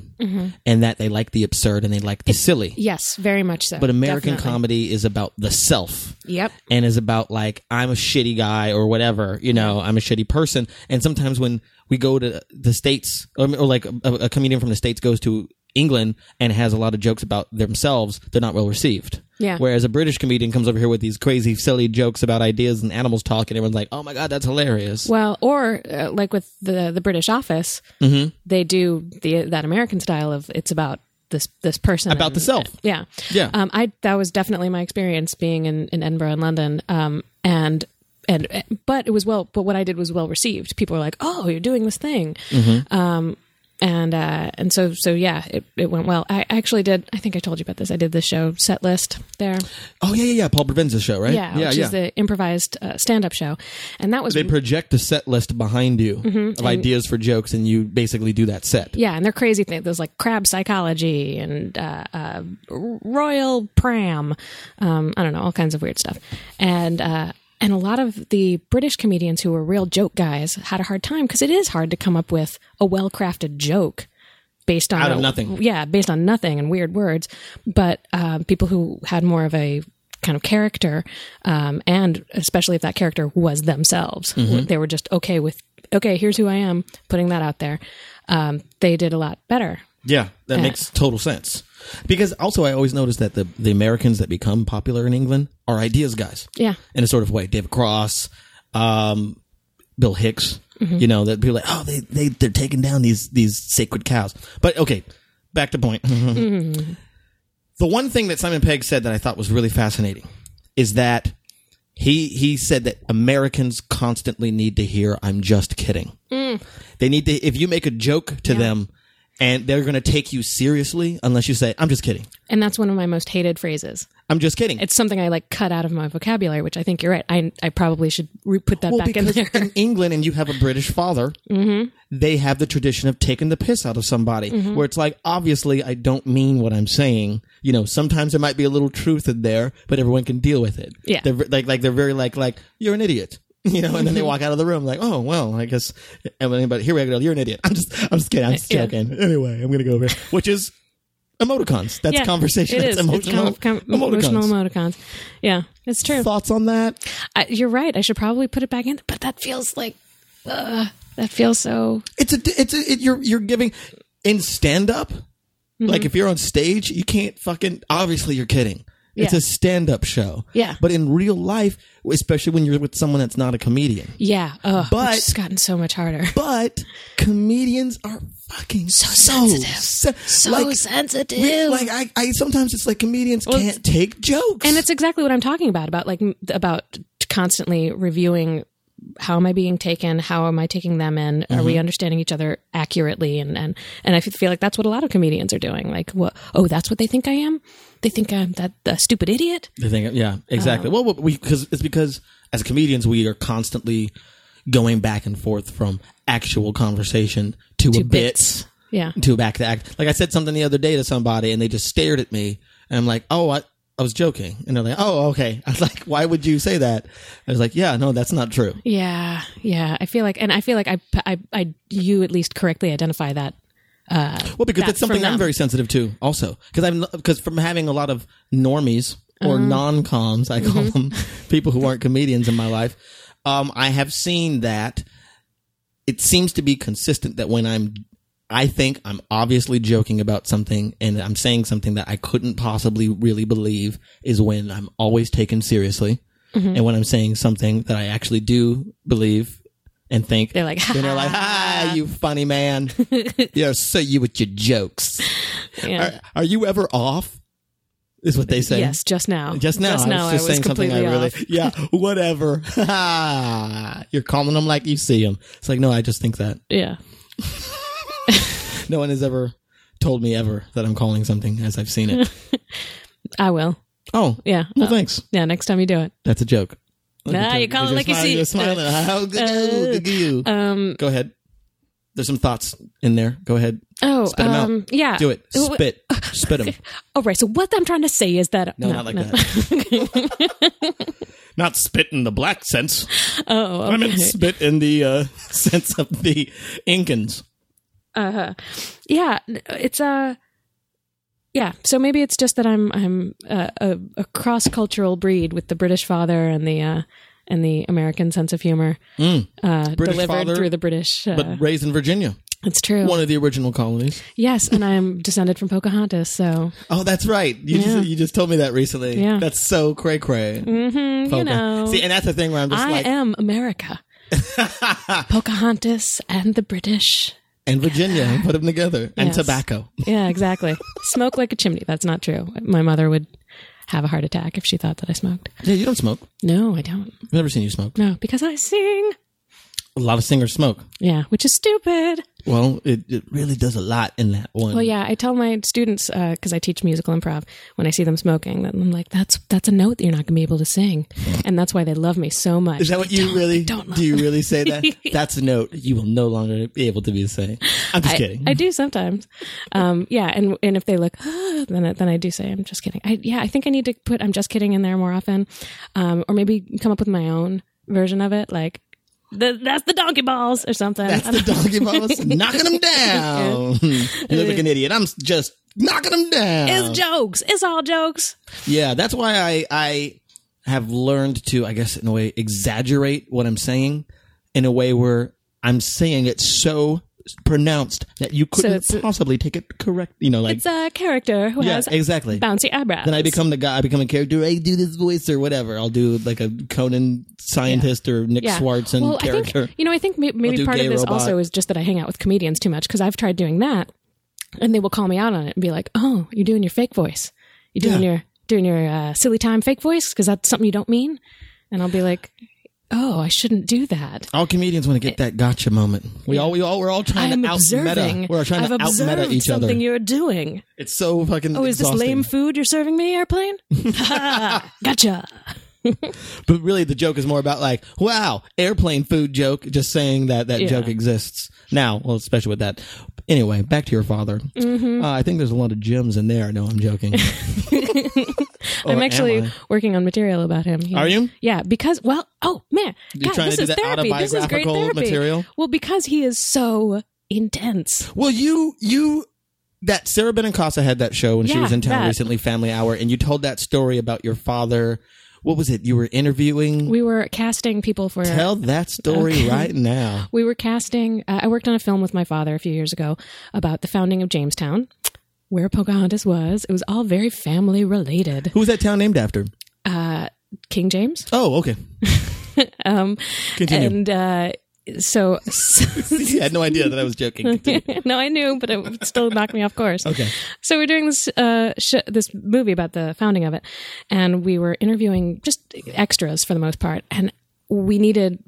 Speaker 1: and that they like the absurd and they like the silly.
Speaker 3: Yes, very much so.
Speaker 1: But American
Speaker 3: Definitely.
Speaker 1: comedy is about the self
Speaker 3: Yep.
Speaker 1: and is about like I'm a shitty guy or whatever, you know, I'm a shitty person. And sometimes when we go to the states, or, or like a, a comedian from the states goes to England and has a lot of jokes about themselves, they're not well received.
Speaker 3: Yeah.
Speaker 1: Whereas a British comedian comes over here with these crazy, silly jokes about ideas and animals talk, and everyone's like, "Oh my god, that's hilarious."
Speaker 3: Well, or uh, like with the the British Office,
Speaker 1: Mm-hmm.
Speaker 3: they do the that American style of it's about this this person
Speaker 1: About
Speaker 3: and-
Speaker 1: the self.
Speaker 3: Yeah,
Speaker 1: Yeah.
Speaker 3: Um, I that was definitely my experience being in, in Edinburgh and London. Um, and and but it was well, but what I did was well received. People were like, "Oh, you're doing this thing,"
Speaker 1: Mm-hmm.
Speaker 3: um, and uh, and so so yeah, it, it went well. I actually did. I think I told you about this. I did this show set list there.
Speaker 1: oh yeah, yeah, yeah. Paul Provenza's show, right?
Speaker 3: Yeah,
Speaker 1: yeah,
Speaker 3: which
Speaker 1: yeah.
Speaker 3: is the improvised uh, stand up show, and that was
Speaker 1: they project a set list behind you
Speaker 3: Mm-hmm.
Speaker 1: of ideas for jokes, and you basically do that set.
Speaker 3: Yeah, and they're crazy things. There's like crab psychology and uh, uh, royal pram. Um, I don't know, all kinds of weird stuff. And uh, and a lot of the British comedians who were real joke guys had a hard time because it is hard to come up with a well crafted joke based on
Speaker 1: Out of
Speaker 3: a-
Speaker 1: nothing.
Speaker 3: Yeah, based on nothing and weird words. But um, people who had more of a kind of character, um, and especially if that character was themselves,
Speaker 1: Mm-hmm.
Speaker 3: they were just okay with okay. Here's who I am, putting that out there. Um, they did a lot better.
Speaker 1: Yeah, that makes total sense. Because also, I always notice that the the Americans that become popular in England are ideas guys.
Speaker 3: Yeah.
Speaker 1: in a sort of way, David Cross, um, Bill Hicks. You know that people are like, oh, they they they're taking down these these sacred cows. But okay, back to point. *laughs* The one thing that Simon Pegg said that I thought was really fascinating is that he he said that Americans constantly need to hear "I'm just kidding." They need to if you make a joke to them, and they're going to take you seriously unless you say "I'm just kidding."
Speaker 3: And that's one of my most hated phrases.
Speaker 1: I'm just kidding.
Speaker 3: It's something I like cut out of my vocabulary, which I think you're right. I, I probably should re- put that back in *laughs*
Speaker 1: because
Speaker 3: there. Mm-hmm.
Speaker 1: England and you have a British father, they have the tradition of taking the piss out of somebody, where it's like, obviously, I don't mean what I'm saying. You know, sometimes there might be a little truth in there, but everyone can deal with it.
Speaker 3: Yeah.
Speaker 1: they're ve- like, like they're very like, like you're an idiot. *laughs* You know, and then they
Speaker 3: Mm-hmm.
Speaker 1: walk out of the room like, oh well, I guess. But here we go. You're an idiot. *laughs* I'm just, I'm just kidding. I'm just
Speaker 3: Yeah.
Speaker 1: joking. Anyway, I'm gonna go over, here. which is emoticons. That's
Speaker 3: Yeah,
Speaker 1: conversation.
Speaker 3: It
Speaker 1: That's
Speaker 3: is. It's
Speaker 1: emotional.
Speaker 3: com- com- emotional
Speaker 1: emoticons.
Speaker 3: emoticons. Yeah, it's true.
Speaker 1: Thoughts on that?
Speaker 3: I, you're right. I should probably put it back in, but that feels like ugh, that feels so.
Speaker 1: It's a it's a it, you're you're giving in stand up.
Speaker 3: Mm-hmm.
Speaker 1: Like if you're on stage, you can't fucking obviously you're kidding. It's
Speaker 3: Yeah.
Speaker 1: a stand up show.
Speaker 3: Yeah.
Speaker 1: But in real life, especially when you're with someone that's not a comedian.
Speaker 3: Yeah. Ugh,
Speaker 1: But-
Speaker 3: it's gotten so much harder.
Speaker 1: But comedians are fucking so,
Speaker 3: sensitive.
Speaker 1: se-
Speaker 3: So
Speaker 1: like,
Speaker 3: sensitive.
Speaker 1: we- like I, I sometimes it's like comedians can't take jokes.
Speaker 3: and it's exactly what I'm talking about about like m- about constantly reviewing how am I being taken? How am I taking them in? Are
Speaker 1: Mm-hmm.
Speaker 3: we understanding each other accurately? And and and I f- feel like that's what a lot of comedians are doing. Like, what? Oh, that's what they think I am. They think I'm that uh, stupid idiot.
Speaker 1: The thing, yeah, exactly.
Speaker 3: Uh-huh.
Speaker 1: well, we because it's because as comedians we are constantly going back and forth from actual conversation to, a bit
Speaker 3: Yeah.
Speaker 1: to back to act. Like I said something the other day to somebody, and they just stared at me, and I'm like, oh, I, I was joking, and they're like, oh, okay. *laughs* I was like, why would you say that? I was like, yeah, no, that's not true.
Speaker 3: Yeah. Yeah. I feel like, and I feel like I I, I you at least correctly identify that. uh,
Speaker 1: Well, because
Speaker 3: That's
Speaker 1: that's something
Speaker 3: from
Speaker 1: I'm
Speaker 3: them.
Speaker 1: very sensitive to, also. Because I'm because from having a lot of normies or
Speaker 3: Mm-hmm.
Speaker 1: non-coms, I call them people who aren't comedians in my life. Um, I have seen that it seems to be consistent that when I'm, I think I'm obviously joking about something and I'm saying something that I couldn't possibly really believe is when I'm always taken seriously,
Speaker 3: Mm-hmm.
Speaker 1: and when I'm saying something that I actually do believe and think
Speaker 3: They're like, *laughs*
Speaker 1: then they're like, "Ah, you funny man! yeah, so you with your jokes.
Speaker 3: Yeah.
Speaker 1: Are, are you ever off?" Is what they say.
Speaker 3: Yes, just now.
Speaker 1: Just now,
Speaker 3: Just now,
Speaker 1: I was just saying something I
Speaker 3: completely
Speaker 1: really.
Speaker 3: off.
Speaker 1: Yeah, whatever. *laughs* You're calling them like you see them. It's like, no, I just think that.
Speaker 3: Yeah.
Speaker 1: No one has ever told me ever that I'm calling something as I've
Speaker 3: *laughs*
Speaker 1: seen it.
Speaker 3: I will.
Speaker 1: oh,
Speaker 3: Yeah.
Speaker 1: Well, thanks.
Speaker 3: Yeah. Next time you do it.
Speaker 1: That's a joke. Look
Speaker 3: Nah,
Speaker 1: at
Speaker 3: you call it
Speaker 1: You're
Speaker 3: like you
Speaker 1: smiling-
Speaker 3: see.
Speaker 1: You're smiling. How good
Speaker 3: Uh,
Speaker 1: good you.
Speaker 3: Um.
Speaker 1: Go ahead. There's some thoughts in there. Go ahead.
Speaker 3: Oh.
Speaker 1: Spit 'em out.
Speaker 3: um. Yeah.
Speaker 1: Do it.
Speaker 3: Oh, wait.
Speaker 1: Spit. Spit them.
Speaker 3: All right. So what I'm trying to say is that
Speaker 1: No, not like that. not spit in the black sense.
Speaker 3: *laughs* Oh.
Speaker 1: I meant
Speaker 3: okay.
Speaker 1: spit in the uh, *laughs* sense of the Incans.
Speaker 3: yeah it's uh yeah so maybe it's just that i'm i'm uh, a, a cross-cultural breed with the british father and the uh and the american sense of humor uh
Speaker 1: Hmm. British
Speaker 3: delivered
Speaker 1: father,
Speaker 3: through the british uh,
Speaker 1: But raised in Virginia,
Speaker 3: it's true
Speaker 1: one of the original colonies.
Speaker 3: yes and i'm descended from pocahontas so
Speaker 1: Oh, that's right. You
Speaker 3: Yeah.
Speaker 1: just you just told me that recently.
Speaker 3: Yeah.
Speaker 1: That's so cray cray.
Speaker 3: mm, you know
Speaker 1: See, and that's the thing where I'm just
Speaker 3: i
Speaker 1: like,
Speaker 3: am
Speaker 1: *laughs*
Speaker 3: america pocahontas and the british
Speaker 1: and Virginia, and put them together, and
Speaker 3: Yes.
Speaker 1: tobacco.
Speaker 3: yeah exactly smoke like a chimney that's not true my mother would have a heart attack if she thought that i smoked
Speaker 1: Yeah, you don't smoke.
Speaker 3: no i don't
Speaker 1: I've never seen you smoke.
Speaker 3: no because i sing
Speaker 1: A lot of singers smoke.
Speaker 3: Yeah, which is stupid.
Speaker 1: Well, it, it really does a lot in that one.
Speaker 3: Well, yeah, I tell my students because I teach musical improv. When I see them smoking, that I'm like, "That's that's a note that you're not going to be able to sing," and that's why they love me so much.
Speaker 1: Is that what you really
Speaker 3: don't love
Speaker 1: do? You really say that?
Speaker 3: *laughs*
Speaker 1: That's a note you will no longer be able to be the same. I'm
Speaker 3: I,
Speaker 1: just kidding.
Speaker 3: I do sometimes. Um, yeah, and and if they look, "Ah," then I, then I do say, "I'm just kidding." I, yeah, I think I need to put "I'm just kidding" in there more often, um, or maybe come up with my own version of it, like. The, that's the donkey balls or something.
Speaker 1: That's
Speaker 3: I
Speaker 1: the
Speaker 3: don't-
Speaker 1: donkey boss knocking them
Speaker 3: *laughs*
Speaker 1: down. *laughs* you look like an idiot. I'm just knocking them down.
Speaker 3: it's jokes. It's all jokes.
Speaker 1: yeah, that's why I I have learned to, I guess, in a way, exaggerate what I'm saying in a way where I'm saying it so pronounced that you couldn't
Speaker 3: it's a-
Speaker 1: possibly take it correct. You know, like
Speaker 3: It's a character who
Speaker 1: yeah,
Speaker 3: has
Speaker 1: exactly.
Speaker 3: bouncy eyebrows.
Speaker 1: then I become the guy. I become a character. I do this voice or whatever. I'll do like a Conan scientist or Nick Swartzen
Speaker 3: well,
Speaker 1: character.
Speaker 3: I think, you know, I think may- maybe
Speaker 1: do
Speaker 3: part of
Speaker 1: gay
Speaker 3: this
Speaker 1: robot.
Speaker 3: also is just that I hang out with comedians too much because I've tried doing that, and they will call me out on it and be like, "Oh, you're doing your fake voice. You're doing
Speaker 1: Yeah.
Speaker 3: your doing your uh, silly time fake voice because that's something you don't mean." And I'll be like, "Oh, I shouldn't do that."
Speaker 1: All comedians want to get that gotcha moment. We all, we all, we're all trying
Speaker 3: Eh. I'm
Speaker 1: to out meta.
Speaker 3: observing.
Speaker 1: We're trying
Speaker 3: I've
Speaker 1: to out
Speaker 3: observed
Speaker 1: meta each other.
Speaker 3: something you're doing.
Speaker 1: It's so fucking.
Speaker 3: Oh, is this
Speaker 1: exhausting.
Speaker 3: lame food you're serving me,
Speaker 1: *laughs*
Speaker 3: airplane? *laughs* gotcha.
Speaker 1: But really, the joke is more about like, wow, airplane food joke. Just saying that that
Speaker 3: Yeah.
Speaker 1: joke exists now. Well, especially with that. Anyway, back to your father.
Speaker 3: Mm-hmm.
Speaker 1: Uh, I think there's a lot of gems in there. No, I'm
Speaker 3: *laughs*
Speaker 1: joking. Or am
Speaker 3: I'm actually
Speaker 1: I?
Speaker 3: working on material about him. He-
Speaker 1: Are you?
Speaker 3: Yeah, because well, oh man,
Speaker 1: You're
Speaker 3: God,
Speaker 1: trying
Speaker 3: this
Speaker 1: to do
Speaker 3: is
Speaker 1: that
Speaker 3: therapy. This is great
Speaker 1: autobiographical
Speaker 3: therapy.
Speaker 1: material?
Speaker 3: Well, because he is so intense.
Speaker 1: Well, you you that Sarah Benincasa had that show when she
Speaker 3: Yeah,
Speaker 1: was in town
Speaker 3: that.
Speaker 1: recently, Family Hour, and you told that story about your father what was it? You were interviewing.
Speaker 3: We were casting people for
Speaker 1: Tell that story right now.
Speaker 3: we were casting. Uh, I worked on a film with my father a few years ago about the founding of Jamestown, where Pocahontas was. It was all very family related.
Speaker 1: Who was that town named after?
Speaker 3: King James.
Speaker 1: Oh, okay.
Speaker 3: *laughs* Um,
Speaker 1: Continue.
Speaker 3: And uh, so, *laughs*
Speaker 1: *laughs* you had no idea that I was joking. Continue.
Speaker 3: no, I knew, but it still knocked me off course.
Speaker 1: Okay.
Speaker 3: So we're doing this uh, sh- this movie about the founding of it, and we were interviewing just extras for the most part, and we needed.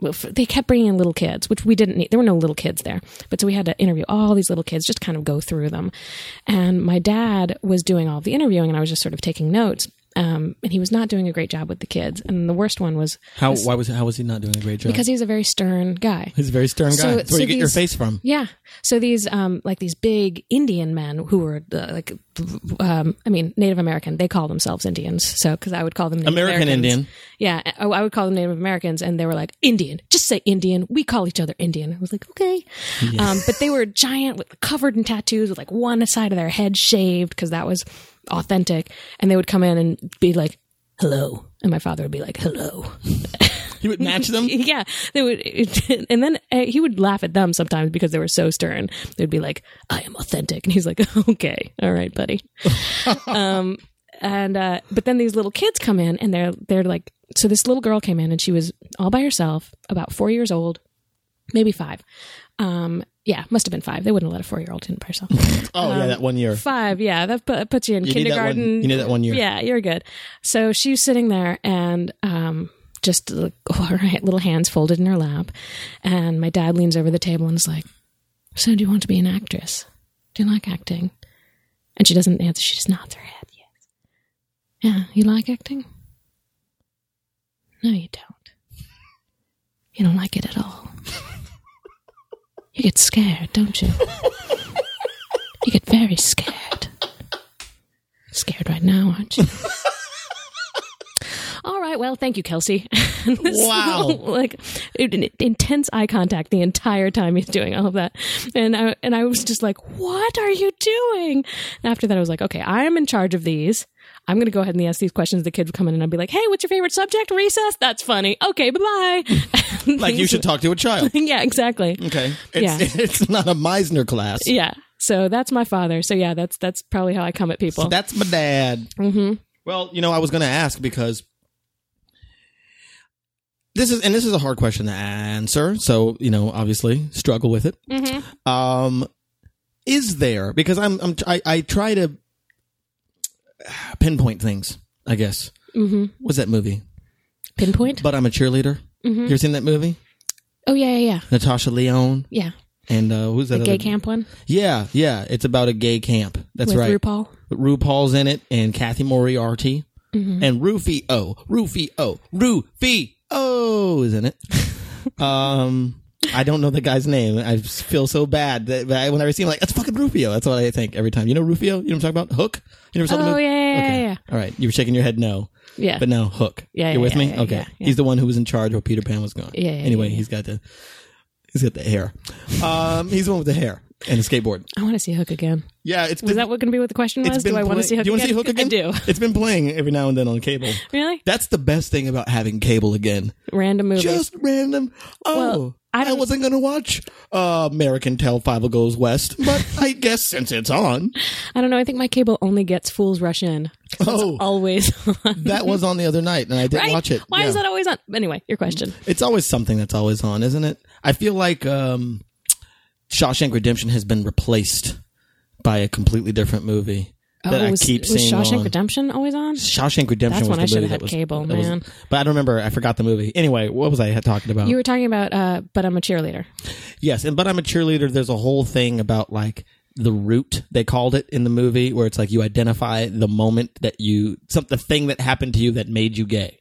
Speaker 3: well, f- They kept bringing in little kids, which we didn't need. There were no little kids there, but so we had to interview all these little kids, just kind of go through them. And my dad was doing all the interviewing, and I was just sort of taking notes. Um, and he was not doing a great job with the kids. And the worst one was
Speaker 1: How? Why was? How was he not doing a great job?
Speaker 3: because he's a very stern guy.
Speaker 1: he's a very stern guy.
Speaker 3: So-
Speaker 1: That's where
Speaker 3: so
Speaker 1: you get your
Speaker 3: these-
Speaker 1: face from.
Speaker 3: Yeah. So these, um, like these big Indian men who were uh, like, um, I mean, Native American. They call themselves Indians. So because I would call them Native
Speaker 1: American
Speaker 3: Americans.
Speaker 1: Indian.
Speaker 3: Yeah. Oh, I would call them Native Americans, and they were like Indian. Just say Indian. We call each other Indian. I was like, okay. Um, but they were giant, with, covered in tattoos, with like one side of their head shaved because that was authentic. And they would come in and be like, "Hello," and my father would be like, "Hello."
Speaker 1: He would match them.
Speaker 3: *laughs* yeah, they would, *laughs* and then uh, he would laugh at them sometimes because they were so stern. They'd be like, "I am authentic," and he's like, *laughs* "Okay, all right,
Speaker 1: *laughs*
Speaker 3: buddy." um, and uh, but then these little kids come in, and they're they're like, so this little girl came in, and she was all by herself, about four years old, maybe five. Um, yeah, must have been five. They wouldn't let a four year old in by
Speaker 1: *laughs*
Speaker 3: herself.
Speaker 1: Oh yeah, that one year.
Speaker 3: Five, yeah, that put, puts you in
Speaker 1: You need that one.
Speaker 3: kindergarten.
Speaker 1: You need that one year.
Speaker 3: Yeah, you're good. So she was sitting there and um, just like, *laughs* her ha- little hands folded in her lap, and my dad leans over the table and is like, "So do you want to be an actress? Do you like acting?" And she doesn't answer. She just nods her head. Yes. Yeah, you like acting? No, you don't. You don't like it at all. You get scared, don't you? You get very scared. Scared right now, aren't you? All right, well, thank you, Kelsey. *laughs* And this
Speaker 1: Wow.
Speaker 3: little, like in- intense eye contact the entire time he's doing all of that, and I and I was just like, "What are you doing?" And after that, I was like, "Okay, I am in charge of these. I'm going to go ahead and ask these questions." The kids would come in, and I'd be like, "Hey, what's your favorite subject? Recess? That's funny. Okay, bye *laughs* bye."
Speaker 1: Like you should talk to
Speaker 3: *laughs*
Speaker 1: a child.
Speaker 3: yeah, exactly.
Speaker 1: Okay. It's, *laughs* it's not a Meisner class.
Speaker 3: Yeah. So that's my father. So yeah, that's that's probably how I come at people.
Speaker 1: That's my dad.
Speaker 3: Mhm.
Speaker 1: Well, you know, I was going to ask because this is, and this is a hard question to answer. So, you know, obviously struggle with it.
Speaker 3: Mm-hmm.
Speaker 1: Um, is there, because I'm, I'm, I, I try to pinpoint things, I guess.
Speaker 3: Mhm.
Speaker 1: What's that movie?
Speaker 3: Pinpoint.
Speaker 1: But I'm a cheerleader.
Speaker 3: Mm-hmm.
Speaker 1: You ever seen that movie?
Speaker 3: oh yeah, yeah, yeah,
Speaker 1: Natasha Leone
Speaker 3: yeah.
Speaker 1: and uh, who's that?
Speaker 3: The
Speaker 1: other-
Speaker 3: gay camp one
Speaker 1: Yeah, yeah. It's about a gay camp. That's
Speaker 3: with
Speaker 1: right.
Speaker 3: RuPaul.
Speaker 1: RuPaul's in it and Kathy Moriarty
Speaker 3: Mm-hmm.
Speaker 1: and Rufio, Rufio, Rufio
Speaker 3: *laughs*
Speaker 1: is in it. um, I don't know the guy's name. I just feel so bad that that I, whenever I see him, like that's fucking Rufio. That's what I think every time. You know Rufio? You know what I'm talking about? Hook. You never saw the
Speaker 3: Oh,
Speaker 1: movie?
Speaker 3: yeah, yeah, yeah,
Speaker 1: okay.
Speaker 3: yeah.
Speaker 1: All right, you were shaking your head no.
Speaker 3: Yeah.
Speaker 1: But now Hook.
Speaker 3: Yeah,
Speaker 1: You're
Speaker 3: yeah,
Speaker 1: with
Speaker 3: yeah,
Speaker 1: me?
Speaker 3: yeah,
Speaker 1: okay.
Speaker 3: yeah, yeah.
Speaker 1: He's the one who was in charge while Peter Pan was gone.
Speaker 3: Yeah, yeah,
Speaker 1: anyway,
Speaker 3: yeah, yeah.
Speaker 1: he's got the he's got the hair. Um, he's the one with the hair and the skateboard.
Speaker 3: I want to see Hook again.
Speaker 1: Yeah, it's
Speaker 3: Was that what going to be what the question was? Do I want to
Speaker 1: play-
Speaker 3: see Hook?
Speaker 1: Do you want to see Hook
Speaker 3: again?
Speaker 1: again?
Speaker 3: I do. *laughs*
Speaker 1: It's been playing every now and then on cable.
Speaker 3: Really?
Speaker 1: That's the best thing about having cable again.
Speaker 3: Random movies.
Speaker 1: Just random. Oh,
Speaker 3: Well, I
Speaker 1: I,
Speaker 3: don't-
Speaker 1: wasn't going to watch uh, American Tale Five Goes West,
Speaker 3: *laughs*
Speaker 1: but I guess since it's on,
Speaker 3: I don't know. I think my cable only gets Fools Rush In.
Speaker 1: oh,
Speaker 3: Always *laughs* on.
Speaker 1: that was on the other night, and I didn't
Speaker 3: Right?
Speaker 1: watch it.
Speaker 3: Why is
Speaker 1: Yeah.
Speaker 3: that always on? Anyway, your question.
Speaker 1: It's always something that's always on, isn't it? I feel like um, Shawshank Redemption has been replaced by a completely different movie that
Speaker 3: Oh, was,
Speaker 1: I keep
Speaker 3: was
Speaker 1: seeing
Speaker 3: Shawshank
Speaker 1: on.
Speaker 3: Redemption always on?
Speaker 1: Shawshank
Speaker 3: That's
Speaker 1: Redemption was
Speaker 3: when
Speaker 1: the
Speaker 3: I should've
Speaker 1: movie
Speaker 3: had
Speaker 1: that was,
Speaker 3: cable,
Speaker 1: that was-
Speaker 3: man.
Speaker 1: but I don't remember. I forgot the movie. Anyway, what was I talking about?
Speaker 3: You were talking about, uh, but I'm a cheerleader.
Speaker 1: yes, and but I'm a cheerleader. There's a whole thing about like the root they called it in the movie, where it's like you identify the moment that you some the thing that happened to you that made you gay,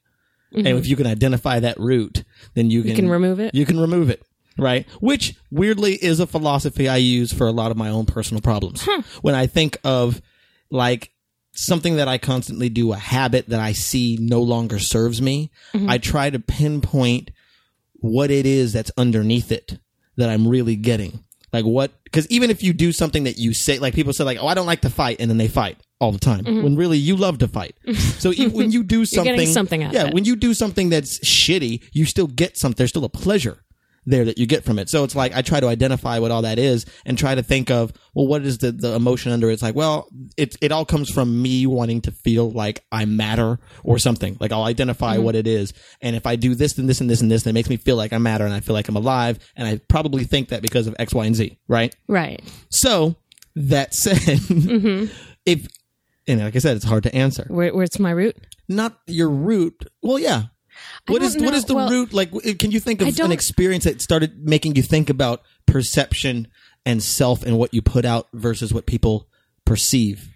Speaker 1: and if you can identify that root, then you can,
Speaker 3: Mm-hmm. can remove it?
Speaker 1: You can remove it. Right, which weirdly is a philosophy I use for a lot of my own personal problems. When I think of like something that I constantly do, a habit that I see no longer serves me,
Speaker 3: Mm-hmm.
Speaker 1: I try to pinpoint what it is that's underneath it that I'm really getting. Like what? Because even if you do something that you say, like people say, like, "Oh, I don't like to fight," and then they fight. all the time when really you love
Speaker 3: *laughs*
Speaker 1: to fight. So even when you do something,
Speaker 3: Mm-hmm. getting something out of
Speaker 1: yeah,
Speaker 3: it.
Speaker 1: when you do something that's shitty, you still get something. There's still a pleasure there that you get from it. So it's like I try to identify what all that is and try to think of well, what is the the emotion under it? It's like well, it it all comes from me wanting to feel like I matter or something. Like I'll identify what it is, and if I do this and this and this and this, then it makes me feel like I matter and I feel like I'm alive. And I probably think that because of X, Y, and Z, right?
Speaker 3: Right.
Speaker 1: So that *laughs* said, if and like I said, it's hard to answer.
Speaker 3: Where, where's my root?
Speaker 1: Not your root. Well, yeah. What
Speaker 3: don't
Speaker 1: is
Speaker 3: know.
Speaker 1: what is the
Speaker 3: Well,
Speaker 1: root like? w- Can you think of an
Speaker 3: don't-
Speaker 1: experience that started making you think about perception and self and what you put out versus what people perceive?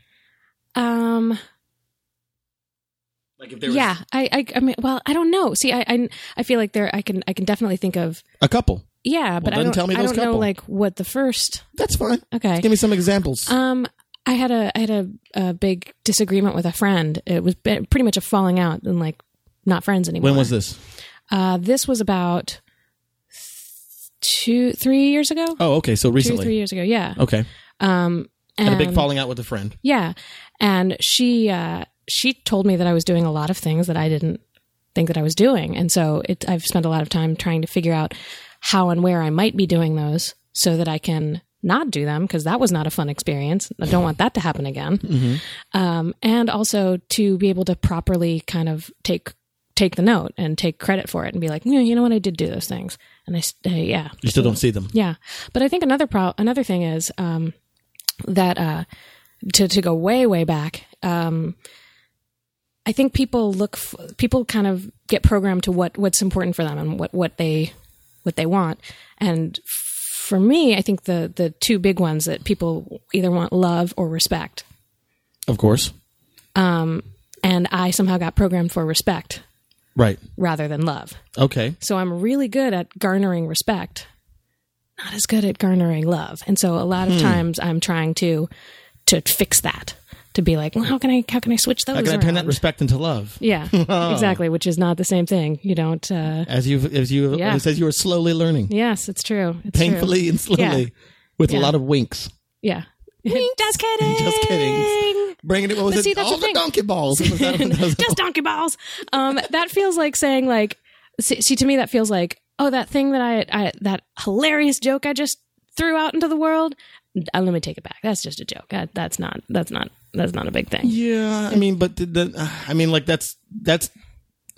Speaker 3: Um.
Speaker 1: Like if there was
Speaker 3: Yeah. I, I. I mean. Well, I don't know. See, I, I. I feel like there. I can. I can definitely think of.
Speaker 1: a couple,
Speaker 3: Yeah, but I
Speaker 1: then
Speaker 3: don't.
Speaker 1: tell me
Speaker 3: I
Speaker 1: those
Speaker 3: don't know
Speaker 1: couple.
Speaker 3: like what the first.
Speaker 1: that's fine.
Speaker 3: Okay.
Speaker 1: Give me some examples.
Speaker 3: Um, I had a I had a, a big disagreement with a friend. It was be- pretty much a falling out and like not friends anymore.
Speaker 1: when was this?
Speaker 3: Uh, this was about two, three years ago.
Speaker 1: Oh, okay, so
Speaker 3: two,
Speaker 1: recently.
Speaker 3: three years ago. Yeah.
Speaker 1: Okay,
Speaker 3: Um, and
Speaker 1: had a big falling out with a friend.
Speaker 3: Yeah, and she uh, she told me that I was doing a lot of things that I didn't think that I was doing, and so it, I've spent a lot of time trying to figure out how and where I might be doing those so that I can not do them because that was not a fun experience. I don't want that to happen again, um, and also to be able to properly kind of take take the note and take credit for it and be like, yeah, you know what, I did do those things, and I s- uh, yeah,
Speaker 1: You still don't see them.
Speaker 3: yeah, but I think another pro- another thing is um, that uh, to to go way way back. Um, I think people look f- people kind of get programmed to what what's important for them and what what they what they want. And for me, I think the the two big ones that people either want love or respect.
Speaker 1: Of course,
Speaker 3: And I somehow got programmed for respect
Speaker 1: right?
Speaker 3: rather than love.
Speaker 1: Okay,
Speaker 3: So I'm really good at garnering respect, not as good at garnering love. And so a lot of
Speaker 1: Hmm.
Speaker 3: times I'm trying to to fix that, to be like, well, how can I how can I switch those?
Speaker 1: how can I turn that
Speaker 3: around?
Speaker 1: respect into love? *laughs*
Speaker 3: yeah, exactly. Which is not the same thing. You don't. Uh,
Speaker 1: As you as you
Speaker 3: Yeah.
Speaker 1: as you are slowly learning,
Speaker 3: yes, it's true. It's true.
Speaker 1: painfully and slowly,
Speaker 3: Yeah.
Speaker 1: with a
Speaker 3: Yeah.
Speaker 1: lot of winks.
Speaker 3: Yeah. *laughs* Just kidding.
Speaker 1: *laughs* Just kidding. Bringing it, what was
Speaker 3: But
Speaker 1: it?
Speaker 3: see, that's
Speaker 1: All
Speaker 3: the
Speaker 1: the
Speaker 3: thing.
Speaker 1: donkey
Speaker 3: *laughs*
Speaker 1: *laughs* balls. Was that- that was-
Speaker 3: just donkey balls. Um, that feels like saying like, see, see, to me that feels like, oh, that thing that I, I, that hilarious joke I just threw out into the world. Uh, let me take it back. That's just a joke. That- that's not. That's not. That's not a big thing.
Speaker 1: yeah, I mean, but the, the, uh, I mean, like that's that's.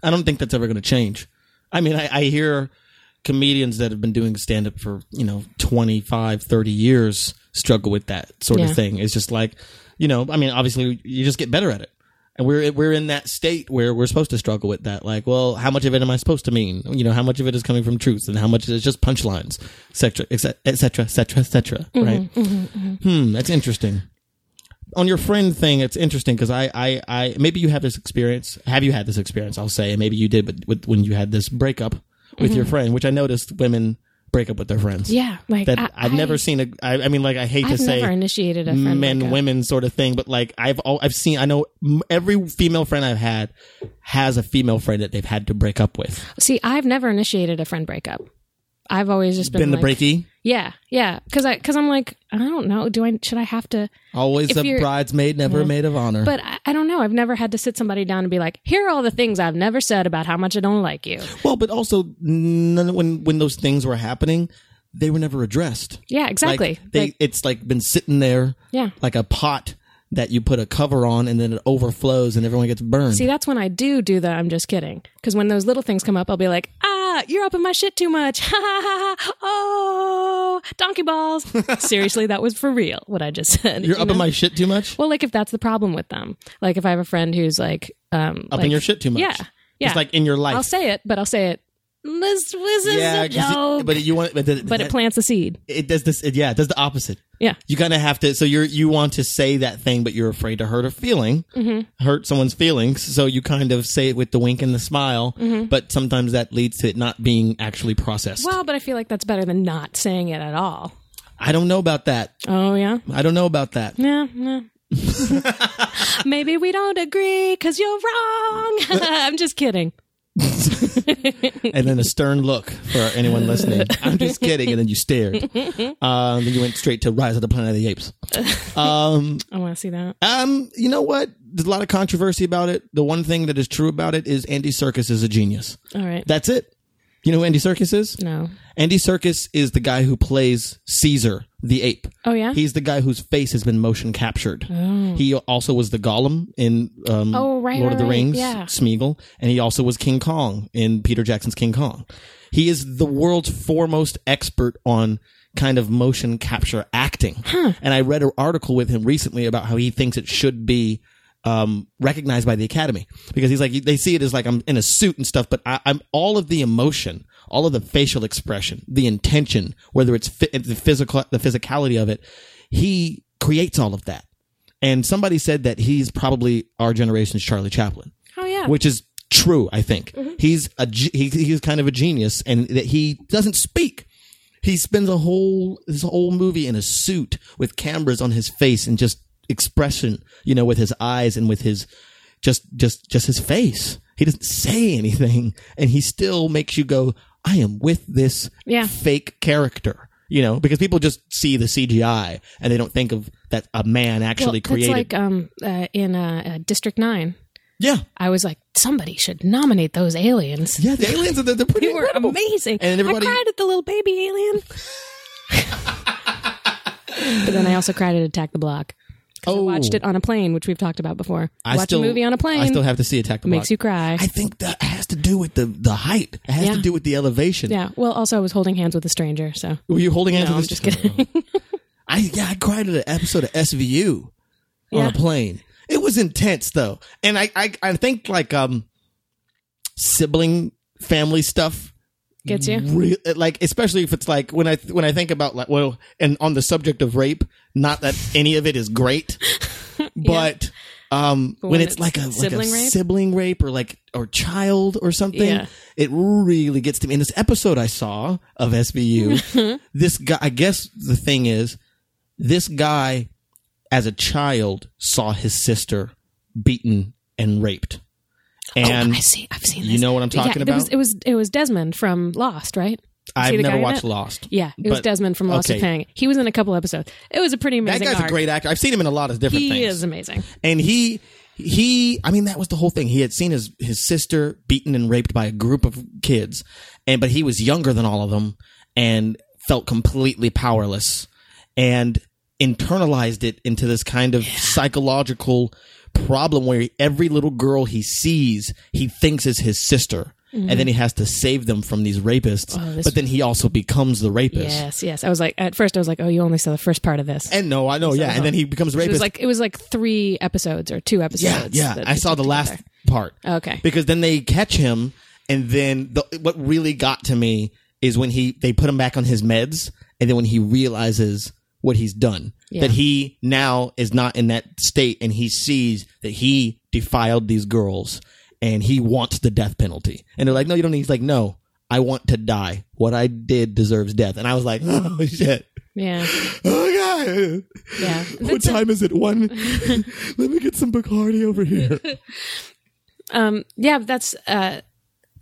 Speaker 1: I don't think that's ever going to change. I mean, I, I hear comedians that have been doing stand up for you know 25, 30 years struggle with that sort
Speaker 3: Yeah.
Speaker 1: of thing. It's just like, you know, I mean, obviously you just get better at it. And we're we're in that state where we're supposed to struggle with that. Like, well, how much of it am I supposed to mean? You know, how much of it is coming from truth, and how much is just punchlines, et cetera, et cet- et cetera, et cetera, et cetera.
Speaker 3: Mm-hmm,
Speaker 1: Right? Hmm, that's interesting. On your friend thing, it's interesting because I, I, I, maybe you have this experience. Have you had this experience? I'll say, and maybe you did, but with, when you had this breakup with your friend, which I noticed women break up with their friends.
Speaker 3: Mm-hmm. Yeah, like
Speaker 1: That
Speaker 3: I,
Speaker 1: I, have never seen a. I, I mean, like I hate
Speaker 3: I've
Speaker 1: to say,
Speaker 3: never initiated a friend
Speaker 1: men
Speaker 3: breakup.
Speaker 1: women sort of thing but like i've all i've seen i know m- every female friend i've had has a female friend that they've had to break up with
Speaker 3: See, I've never initiated a friend breakup. I've always just been,
Speaker 1: been the
Speaker 3: like,
Speaker 1: breaky
Speaker 3: Yeah, yeah. Because I because I'm like I don't know. Do I should I have to?
Speaker 1: always
Speaker 3: If
Speaker 1: a
Speaker 3: you're-
Speaker 1: bridesmaid never a maid of honor
Speaker 3: But I, I don't know. I've never had to sit somebody down and be like, here are all the things I've never said about how much I don't like you.
Speaker 1: well but also none, when when those things were happening they were never addressed
Speaker 3: Yeah,
Speaker 1: Like,
Speaker 3: exactly.
Speaker 1: they
Speaker 3: Like,
Speaker 1: it's like been sitting there
Speaker 3: yeah.
Speaker 1: like a pot that you put a cover on and then it overflows and everyone gets burned
Speaker 3: See, that's when I do do the I'm just kidding. Because when those little things come up, I'll be like, ah, you're up in my shit too much. *laughs* Ha ha ha ha. Oh, donkey
Speaker 1: *laughs*
Speaker 3: balls. Seriously, that was for real, what I just said.
Speaker 1: you're
Speaker 3: you
Speaker 1: up
Speaker 3: know?
Speaker 1: in my shit too much
Speaker 3: Well, like if that's the problem with them. Like if I have a friend who's like, um,
Speaker 1: up in your shit too much
Speaker 3: Yeah. Yeah.
Speaker 1: it's like in your life
Speaker 3: I'll say it, but I'll say it. This, this is
Speaker 1: yeah
Speaker 3: a
Speaker 1: 'cause it-
Speaker 3: joke.
Speaker 1: *laughs* but you want but, the-
Speaker 3: but it plants a seed.
Speaker 1: it does this it, yeah it does the opposite
Speaker 3: Yeah.
Speaker 1: you kind of have to so you're you want to say that thing but you're afraid to hurt a feeling hurt someone's feelings so you kind of say it with the wink and the smile but sometimes that leads to it not being actually processed
Speaker 3: Well, but I feel like that's better than not saying it at all.
Speaker 1: i don't know about that
Speaker 3: Oh, yeah?
Speaker 1: i don't know about
Speaker 3: *laughs*
Speaker 1: that
Speaker 3: Yeah,
Speaker 1: *laughs*
Speaker 3: yeah.
Speaker 1: *laughs*
Speaker 3: *laughs* Maybe we don't agree because you're wrong. I'm just kidding.
Speaker 1: and then a stern look for anyone listening. I'm just kidding. And then you stared. Um, then you went straight to Rise of the Planet of the Apes. Um,
Speaker 3: I want to see that.
Speaker 1: um, you know what? There's a lot of controversy about it. The one thing that is true about it is Andy Circus is a genius.
Speaker 3: All right.
Speaker 1: That's it. You know who Andy Circus is?
Speaker 3: no.
Speaker 1: Andy Circus is the guy who plays Caesar the ape.
Speaker 3: Oh yeah.
Speaker 1: He's the guy whose face has been motion captured. He also was the Gollum in um,
Speaker 3: Oh, right,
Speaker 1: Lord of the
Speaker 3: right, right.
Speaker 1: Rings,
Speaker 3: Yeah.
Speaker 1: Smeagol, and he also was King Kong in Peter Jackson's King Kong. He is the world's foremost expert on kind of motion capture acting. And I read an article with him recently about how he thinks it should be um, recognized by the Academy because he's like they see it as like I'm in a suit and stuff, but I, I'm all of the emotion, all of the facial expression, the intention, whether it's fi- the physical, the physicality of it. He creates all of that, and somebody said that he's probably our generation's Charlie Chaplin
Speaker 3: oh yeah. Mm-hmm.
Speaker 1: which is true. I think he's a ge- he, he's kind of a genius, and that he doesn't speak. He spends a whole his whole movie in a suit with cameras on his face and just expression, you know, with his eyes and with his just just just his face. He doesn't say anything, and he still makes you go, "I am with this
Speaker 3: Yeah.
Speaker 1: fake character." You know, because people just see the CGI and they don't think of that a man
Speaker 3: Well,
Speaker 1: actually
Speaker 3: that's
Speaker 1: created.
Speaker 3: like um uh, in uh, uh, District Nine.
Speaker 1: yeah,
Speaker 3: I was like, somebody should nominate those aliens.
Speaker 1: yeah, the aliens are they're, they're pretty
Speaker 3: They were
Speaker 1: incredible.
Speaker 3: amazing.
Speaker 1: And everybody-
Speaker 3: I cried at the little baby
Speaker 1: *laughs*
Speaker 3: alien. but then I also cried at Attack the Block. 'Cause I
Speaker 1: Oh.
Speaker 3: watched it on a plane, which we've talked about before. Watch a movie on a plane
Speaker 1: I still have to see Attack the
Speaker 3: makes
Speaker 1: Block.
Speaker 3: you cry.
Speaker 1: I think that has to do with the the height. It has
Speaker 3: Yeah.
Speaker 1: to do with the elevation.
Speaker 3: yeah. Well, also I was holding hands with a stranger, so
Speaker 1: Were you holding hands?
Speaker 3: No,
Speaker 1: with
Speaker 3: I'm
Speaker 1: this-
Speaker 3: just kidding. *laughs*
Speaker 1: I yeah, I cried at an episode of SVU on
Speaker 3: Yeah.
Speaker 1: a plane. It was intense though, and I I, I think like um sibling family stuff
Speaker 3: Gets you. Oh,
Speaker 1: Re- like especially if it's like when I when I think about like well and on the subject of rape, not that any of it is
Speaker 3: *laughs*
Speaker 1: great, but um when,
Speaker 3: when
Speaker 1: it's,
Speaker 3: it's
Speaker 1: like a like
Speaker 3: sibling
Speaker 1: a
Speaker 3: rape?
Speaker 1: sibling rape or like or child or something,
Speaker 3: Yeah.
Speaker 1: it really gets to me. In this episode I saw
Speaker 3: *laughs*
Speaker 1: of SVU, this guy I guess the thing is this guy as a child saw his sister beaten and raped. And
Speaker 3: Oh, I see. I've seen.
Speaker 1: you
Speaker 3: this.
Speaker 1: know what I'm
Speaker 3: Yeah,
Speaker 1: talking
Speaker 3: It was,
Speaker 1: about?
Speaker 3: it was it was Desmond from Lost, right? See
Speaker 1: I've
Speaker 3: the guy
Speaker 1: never
Speaker 3: in
Speaker 1: watched
Speaker 3: it?
Speaker 1: Lost.
Speaker 3: Yeah, it was
Speaker 1: But-
Speaker 3: Desmond from Lost
Speaker 1: okay.
Speaker 3: okay. Fang. He was in a couple episodes. It was a pretty
Speaker 1: That
Speaker 3: amazing.
Speaker 1: guy's
Speaker 3: arc.
Speaker 1: a great actor. I've seen him in a lot of different
Speaker 3: He
Speaker 1: things.
Speaker 3: is amazing.
Speaker 1: And he he I mean that was the whole thing. He had seen his his sister beaten and raped by a group of kids. And but he was younger than all of them and felt completely powerless and internalized it into this kind of psychological problem where every little girl he sees he thinks is his sister. And then he has to save them from these rapists.
Speaker 3: Mm-hmm. Oh, this-
Speaker 1: but then he also becomes the rapist.
Speaker 3: Yes, yes. I was like, at first, I was like, oh, you only saw the first part of this.
Speaker 1: And no, I know, yeah. And then he becomes
Speaker 3: it
Speaker 1: a
Speaker 3: was
Speaker 1: rapist.
Speaker 3: like it was like three episodes or two
Speaker 1: Yeah,
Speaker 3: episodes.
Speaker 1: yeah.
Speaker 3: that
Speaker 1: I
Speaker 3: they
Speaker 1: saw
Speaker 3: put
Speaker 1: the last
Speaker 3: together.
Speaker 1: part.
Speaker 3: Okay.
Speaker 1: Because then they catch him, and then the, what really got to me is when he they put him back on his meds, and then when he realizes what he's done,
Speaker 3: Yeah.
Speaker 1: that he now is not in that state, and he sees that he defiled these girls, and he wants the death penalty, and they're like, no, you don't. need He's like, no. I want to die. What I did deserves death. And I was like, *laughs* oh shit. *laughs*
Speaker 3: Yeah,
Speaker 1: Oh god.
Speaker 3: yeah.
Speaker 1: What
Speaker 3: That's a-
Speaker 1: time is
Speaker 3: *laughs*
Speaker 1: it? One. *laughs* Let me get some Bacardi over here.
Speaker 3: um, yeah, but that's uh,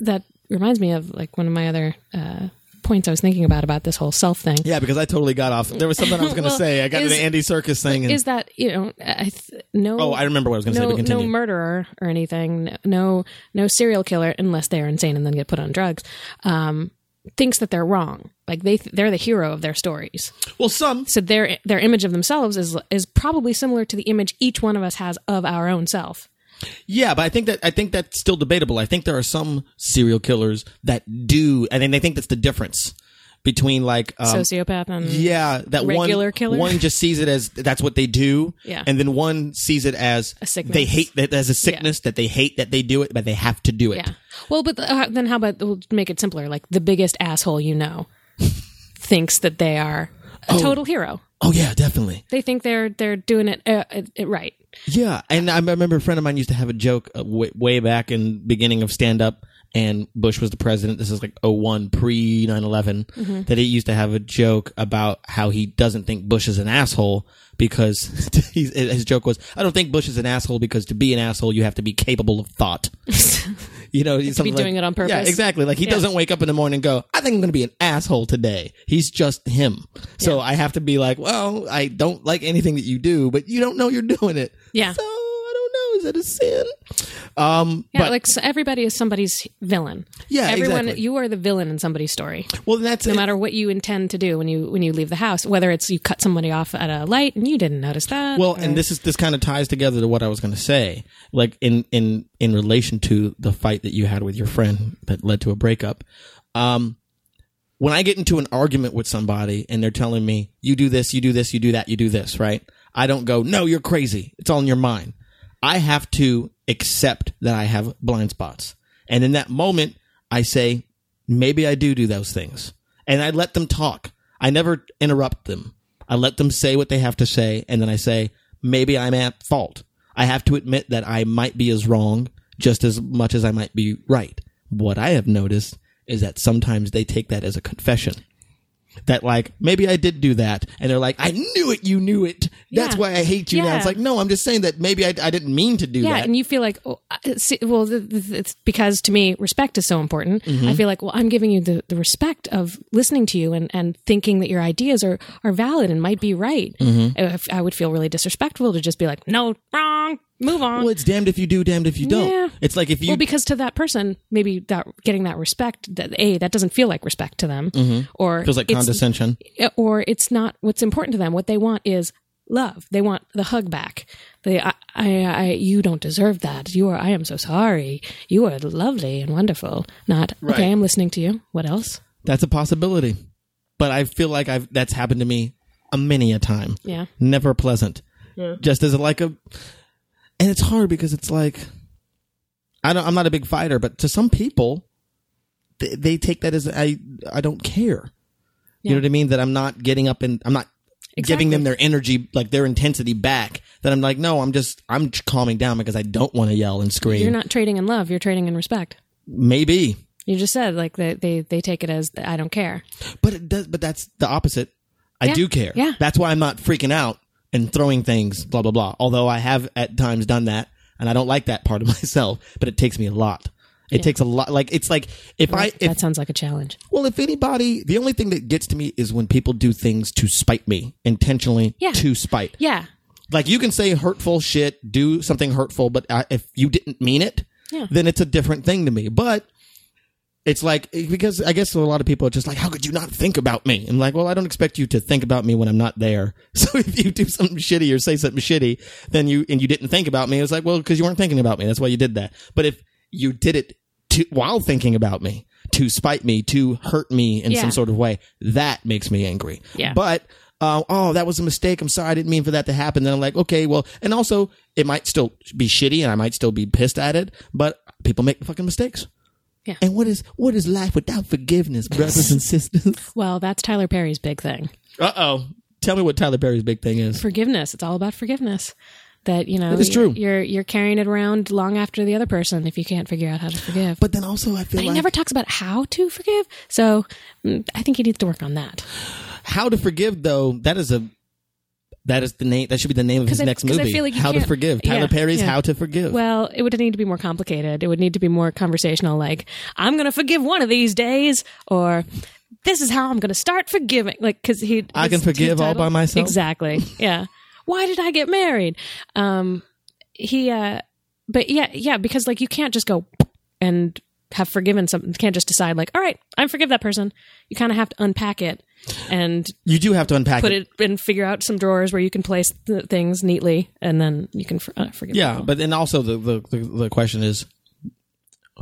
Speaker 3: that reminds me of like one of my other uh, points I was thinking about about this whole self thing.
Speaker 1: Yeah, because I totally got off. There was something I was going
Speaker 3: *laughs*
Speaker 1: to
Speaker 3: Well,
Speaker 1: say. I got
Speaker 3: is-
Speaker 1: to the Andy Circus thing. And,
Speaker 3: Is that you know, I th- no.
Speaker 1: oh, I remember what I was going to say.
Speaker 3: no,
Speaker 1: But continue.
Speaker 3: no murderer or anything, no, no serial killer, unless they are insane and then get put on drugs, um, thinks that they're wrong. Like they, th- they're the hero of their stories.
Speaker 1: well, some.
Speaker 3: So their their image of themselves is is probably similar to the image each one of us has of our own self.
Speaker 1: Yeah, but I think that I think that's still debatable. I think there are some serial killers that do, and then they think that's the difference between like um,
Speaker 3: Sociopath and
Speaker 1: yeah, that
Speaker 3: Regular
Speaker 1: one
Speaker 3: killer?
Speaker 1: one just sees it as that's what they do,
Speaker 3: Yeah.
Speaker 1: and then one sees it as
Speaker 3: A sickness.
Speaker 1: They hate that as a sickness that they hate that they do it, but they have to do it.
Speaker 3: yeah. Well, but the, uh, then how about we'll make it simpler? Like the biggest asshole you know *laughs* thinks that they are a total hero.
Speaker 1: Oh yeah, definitely.
Speaker 3: They think they're they're doing it, uh, it, it right. *laughs*
Speaker 1: Yeah, and I remember a friend of mine used to have a joke uh, way, way back in beginning of stand up and Bush was the president. This is like 01 pre 9 11 that he used to have a joke about how he doesn't think Bush is an asshole because *laughs* he's, his joke was, I don't think Bush is an asshole because to be an asshole, you have to be capable of thought. You know, he's something like-
Speaker 3: doing it on purpose.
Speaker 1: Yeah, exactly. Like he doesn't wake up in the morning and go, I think I'm going to be an asshole today. He's just him. So I have to be like, well, I don't like anything that you do, but you don't know you're doing it.
Speaker 3: Yeah.
Speaker 1: So I don't know. Is that a sin? Um,
Speaker 3: yeah,
Speaker 1: but
Speaker 3: like so everybody is somebody's villain.
Speaker 1: Yeah,
Speaker 3: everyone.
Speaker 1: exactly.
Speaker 3: You are the villain in somebody's story.
Speaker 1: well, that's
Speaker 3: No
Speaker 1: it.
Speaker 3: matter what you intend to do when you when you leave the house, whether it's you cut somebody off at a light and you didn't notice that.
Speaker 1: Well, and this is this kind of ties together to what I was going to say, like in in in relation to the fight that you had with your friend that led to a breakup. Um, when I get into an argument with somebody and they're telling me, "You do this, you do this, you do that, you do this," right? I don't go, "No, you're crazy. It's all in your mind." I have to accept that I have blind spots, and in that moment, I say, "Maybe I do do those things," and I let them talk. I never interrupt them. I let them say what they have to say, and then I say, maybe I'm at fault. I have to admit that I might be as wrong just as much as I might be right. What I have noticed is that sometimes they take that as a confession. That like maybe I did do that, and they're like, I knew it, you knew it. That's
Speaker 3: Yeah.
Speaker 1: why I hate you now.
Speaker 3: Yeah.
Speaker 1: It's like no, I'm just saying that maybe I, I didn't mean to do
Speaker 3: yeah,
Speaker 1: that.
Speaker 3: and you feel like, oh, I- see, well, th- th- it's because to me, respect is so important.
Speaker 1: Mm-hmm.
Speaker 3: I feel like, well, I'm giving you the, the respect of listening to you and, and thinking that your ideas are, are valid and might be right.
Speaker 1: Mm-hmm.
Speaker 3: If- I would feel really disrespectful to just be like, no, wrong, move on.
Speaker 1: well, it's damned if you do, damned if you don't.
Speaker 3: Yeah.
Speaker 1: It's like if you
Speaker 3: well, because to that person, maybe that getting that respect, that a that doesn't feel like respect to them, or
Speaker 1: Mm-hmm. feels like
Speaker 3: it's-
Speaker 1: condescension.
Speaker 3: or it's not what's important to them. What they want is love. They want the hug back. They, I, I, I you don't deserve that. You are. I am so sorry. You are lovely and wonderful. Not okay. I'm listening to you. What else?
Speaker 1: That's a possibility, but I feel like I've that's happened to me a many a time.
Speaker 3: Yeah.
Speaker 1: never pleasant. Just as like a, and it's hard because it's like, I don't. I'm not a big fighter, but to some people, they, they take that as I. I don't care.
Speaker 3: Yeah.
Speaker 1: You know what I mean? That I'm not getting up and I'm not giving them their energy, like their intensity back. That I'm like, no, I'm just I'm calming down because I don't want to yell and scream.
Speaker 3: You're not trading in love. You're trading in respect.
Speaker 1: Maybe,
Speaker 3: You just said like they they, they take it as I don't care.
Speaker 1: but it does. But that's the opposite. I
Speaker 3: Yeah.
Speaker 1: do care.
Speaker 3: Yeah.
Speaker 1: That's why I'm not freaking out and throwing things, blah, blah, blah. Although I have at times done that and I don't like that part of *laughs* myself, but it takes me a lot. It takes a lot. Like, it's like if I, if,
Speaker 3: that sounds like a challenge.
Speaker 1: well, if anybody, the only thing that gets to me is when people do things to spite me intentionally
Speaker 3: Yeah.
Speaker 1: to spite.
Speaker 3: Yeah.
Speaker 1: Like you can say hurtful shit, do something hurtful, but I, if you didn't mean it,
Speaker 3: Yeah.
Speaker 1: then it's a different thing to me. But it's like because I guess a lot of people are just like, how could you not think about me? I'm like, well, I don't expect you to think about me when I'm not there. *laughs* So if you do something shitty or say something shitty, then you and you didn't think about me, it's like, well, because you weren't thinking about me. That's why you did that. But if you did it to, while thinking about me, to spite me, to hurt me in
Speaker 3: Yeah.
Speaker 1: some sort of way, that makes me angry.
Speaker 3: Yeah.
Speaker 1: But uh, oh, that was a mistake. I'm sorry. I didn't mean for that to happen. Then I'm like, okay, well, and also it might still be shitty, and I might still be pissed at it. But people make fucking mistakes.
Speaker 3: Yeah.
Speaker 1: And what is what is life without forgiveness, brothers and sisters?
Speaker 3: Well, that's Tyler Perry's big thing.
Speaker 1: Uh oh. Tell me what Tyler Perry's big thing is.
Speaker 3: forgiveness. It's all about forgiveness. That you know,
Speaker 1: That is true.
Speaker 3: You're you're carrying it around long after the other person if you can't figure out how to forgive.
Speaker 1: But then also, I feel
Speaker 3: he
Speaker 1: like
Speaker 3: never talks about how to forgive, so mm, I think he needs to work on that.
Speaker 1: how to forgive though. That is a that is the name. That should be the name of his
Speaker 3: I-
Speaker 1: next
Speaker 3: 'cause I
Speaker 1: movie.
Speaker 3: feel like you
Speaker 1: how to
Speaker 3: can't-
Speaker 1: forgive. Tyler
Speaker 3: yeah,
Speaker 1: Perry's
Speaker 3: yeah.
Speaker 1: How to Forgive.
Speaker 3: Well, it would need to be more complicated. It would need to be more conversational, like "I'm going to forgive one of these days," or "This is how I'm going to start forgiving." Like because he,
Speaker 1: I can
Speaker 3: his- his
Speaker 1: forgive all
Speaker 3: title-
Speaker 1: by myself?
Speaker 3: Exactly. *laughs* Yeah. Why did I get married? Um, he, uh, but yeah, yeah, because like you can't just go and have forgiven something. You can't just decide like, "All right, I forgive that person." You kind of have to unpack it and
Speaker 1: you do have to unpack
Speaker 3: put
Speaker 1: it.
Speaker 3: it and figure out some drawers where you can place the things neatly, and then you can for, uh, forgive.
Speaker 1: Yeah,
Speaker 3: people.
Speaker 1: but then also the, the the the question is,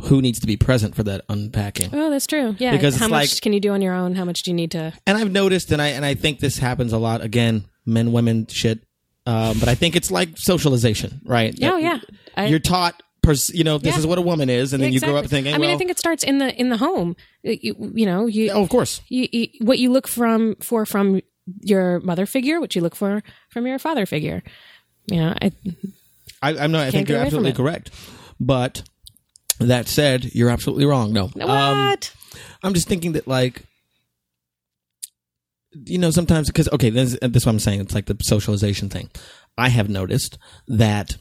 Speaker 1: who needs to be present for that unpacking?
Speaker 3: Oh, that's true. Yeah.
Speaker 1: Because
Speaker 3: how
Speaker 1: it's
Speaker 3: much
Speaker 1: like-
Speaker 3: can you do on your own? How much do you need to?
Speaker 1: and I've noticed, and I and I think this happens a lot. Again, men, women, shit. Um, but I think it's like socialization, right?
Speaker 3: Oh,
Speaker 1: That
Speaker 3: yeah. I,
Speaker 1: you're taught, pers- you know, this
Speaker 3: Yeah.
Speaker 1: is what a woman is, and then you grow up
Speaker 3: exactly.
Speaker 1: thinking,
Speaker 3: I mean,
Speaker 1: well,
Speaker 3: I think it starts in the in the home. You, you know, you,
Speaker 1: oh, of course,
Speaker 3: you, you what you look from for from your mother figure, what you look for from your father figure. You know, I,
Speaker 1: I, I'm not. I think
Speaker 3: get
Speaker 1: you're
Speaker 3: away from
Speaker 1: absolutely
Speaker 3: it.
Speaker 1: correct, but That said, you're absolutely wrong. No.
Speaker 3: What?
Speaker 1: Um, I'm just thinking that like you know sometimes because okay this, that's what I'm saying it's like the socialization thing. I have noticed that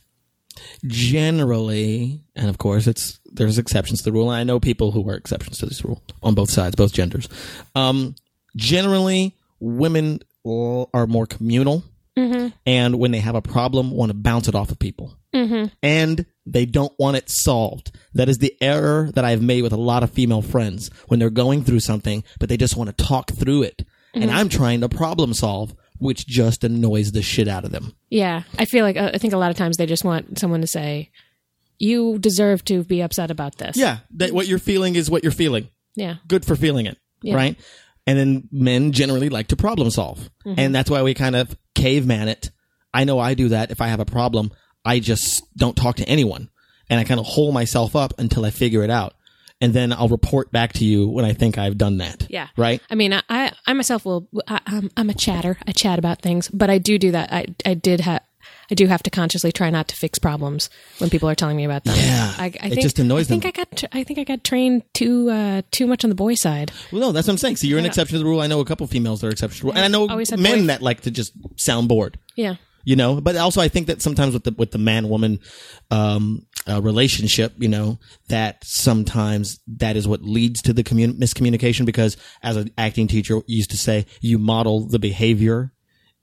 Speaker 1: generally, and of course it's there's exceptions to the rule. And I know people who are exceptions to this rule on both sides, both genders. Um, generally, women l- are more communal,
Speaker 3: Mm-hmm.
Speaker 1: and when they have a problem, want to bounce it off of people
Speaker 3: Mm-hmm.
Speaker 1: and they don't want it solved. That is the error that I've made with a lot of female friends when they're going through something, but they just want to talk through it. And I'm trying to problem solve, which just annoys the shit out of them.
Speaker 3: Yeah, I feel like uh, I think a lot of times they just want someone to say, "You deserve to be upset about this."
Speaker 1: Yeah, that what you're feeling is what you're feeling.
Speaker 3: yeah,
Speaker 1: Good for feeling it,
Speaker 3: Yeah.
Speaker 1: right? And then men generally like to problem solve.
Speaker 3: Mm-hmm.
Speaker 1: And that's why we kind of caveman it. I know I do that. If I have a problem, I just don't talk to anyone. And I kind of hole myself up until I figure it out. And then I'll report back to you when I think I've done that.
Speaker 3: Yeah.
Speaker 1: Right?
Speaker 3: I mean, I, I, I myself will. I, I'm, I'm a chatter. I chat about things, but I do do that. I, I did have. I do have to consciously try not to fix problems when people are telling me about them.
Speaker 1: Yeah.
Speaker 3: I, I
Speaker 1: It
Speaker 3: think,
Speaker 1: just annoys
Speaker 3: I think
Speaker 1: them.
Speaker 3: I got. I think I got trained too uh, too much on the boy side.
Speaker 1: Well, no, that's what I'm saying. So you're an exception to the rule. I know a couple females that are exception to the rule. And I know
Speaker 3: Always had
Speaker 1: men
Speaker 3: boyf-
Speaker 1: that like to just sound bored.
Speaker 3: Yeah.
Speaker 1: you know but also i think that sometimes with the with the man woman um uh, relationship you know that sometimes that is what leads to the commun- miscommunication because as an acting teacher used to say you model the behavior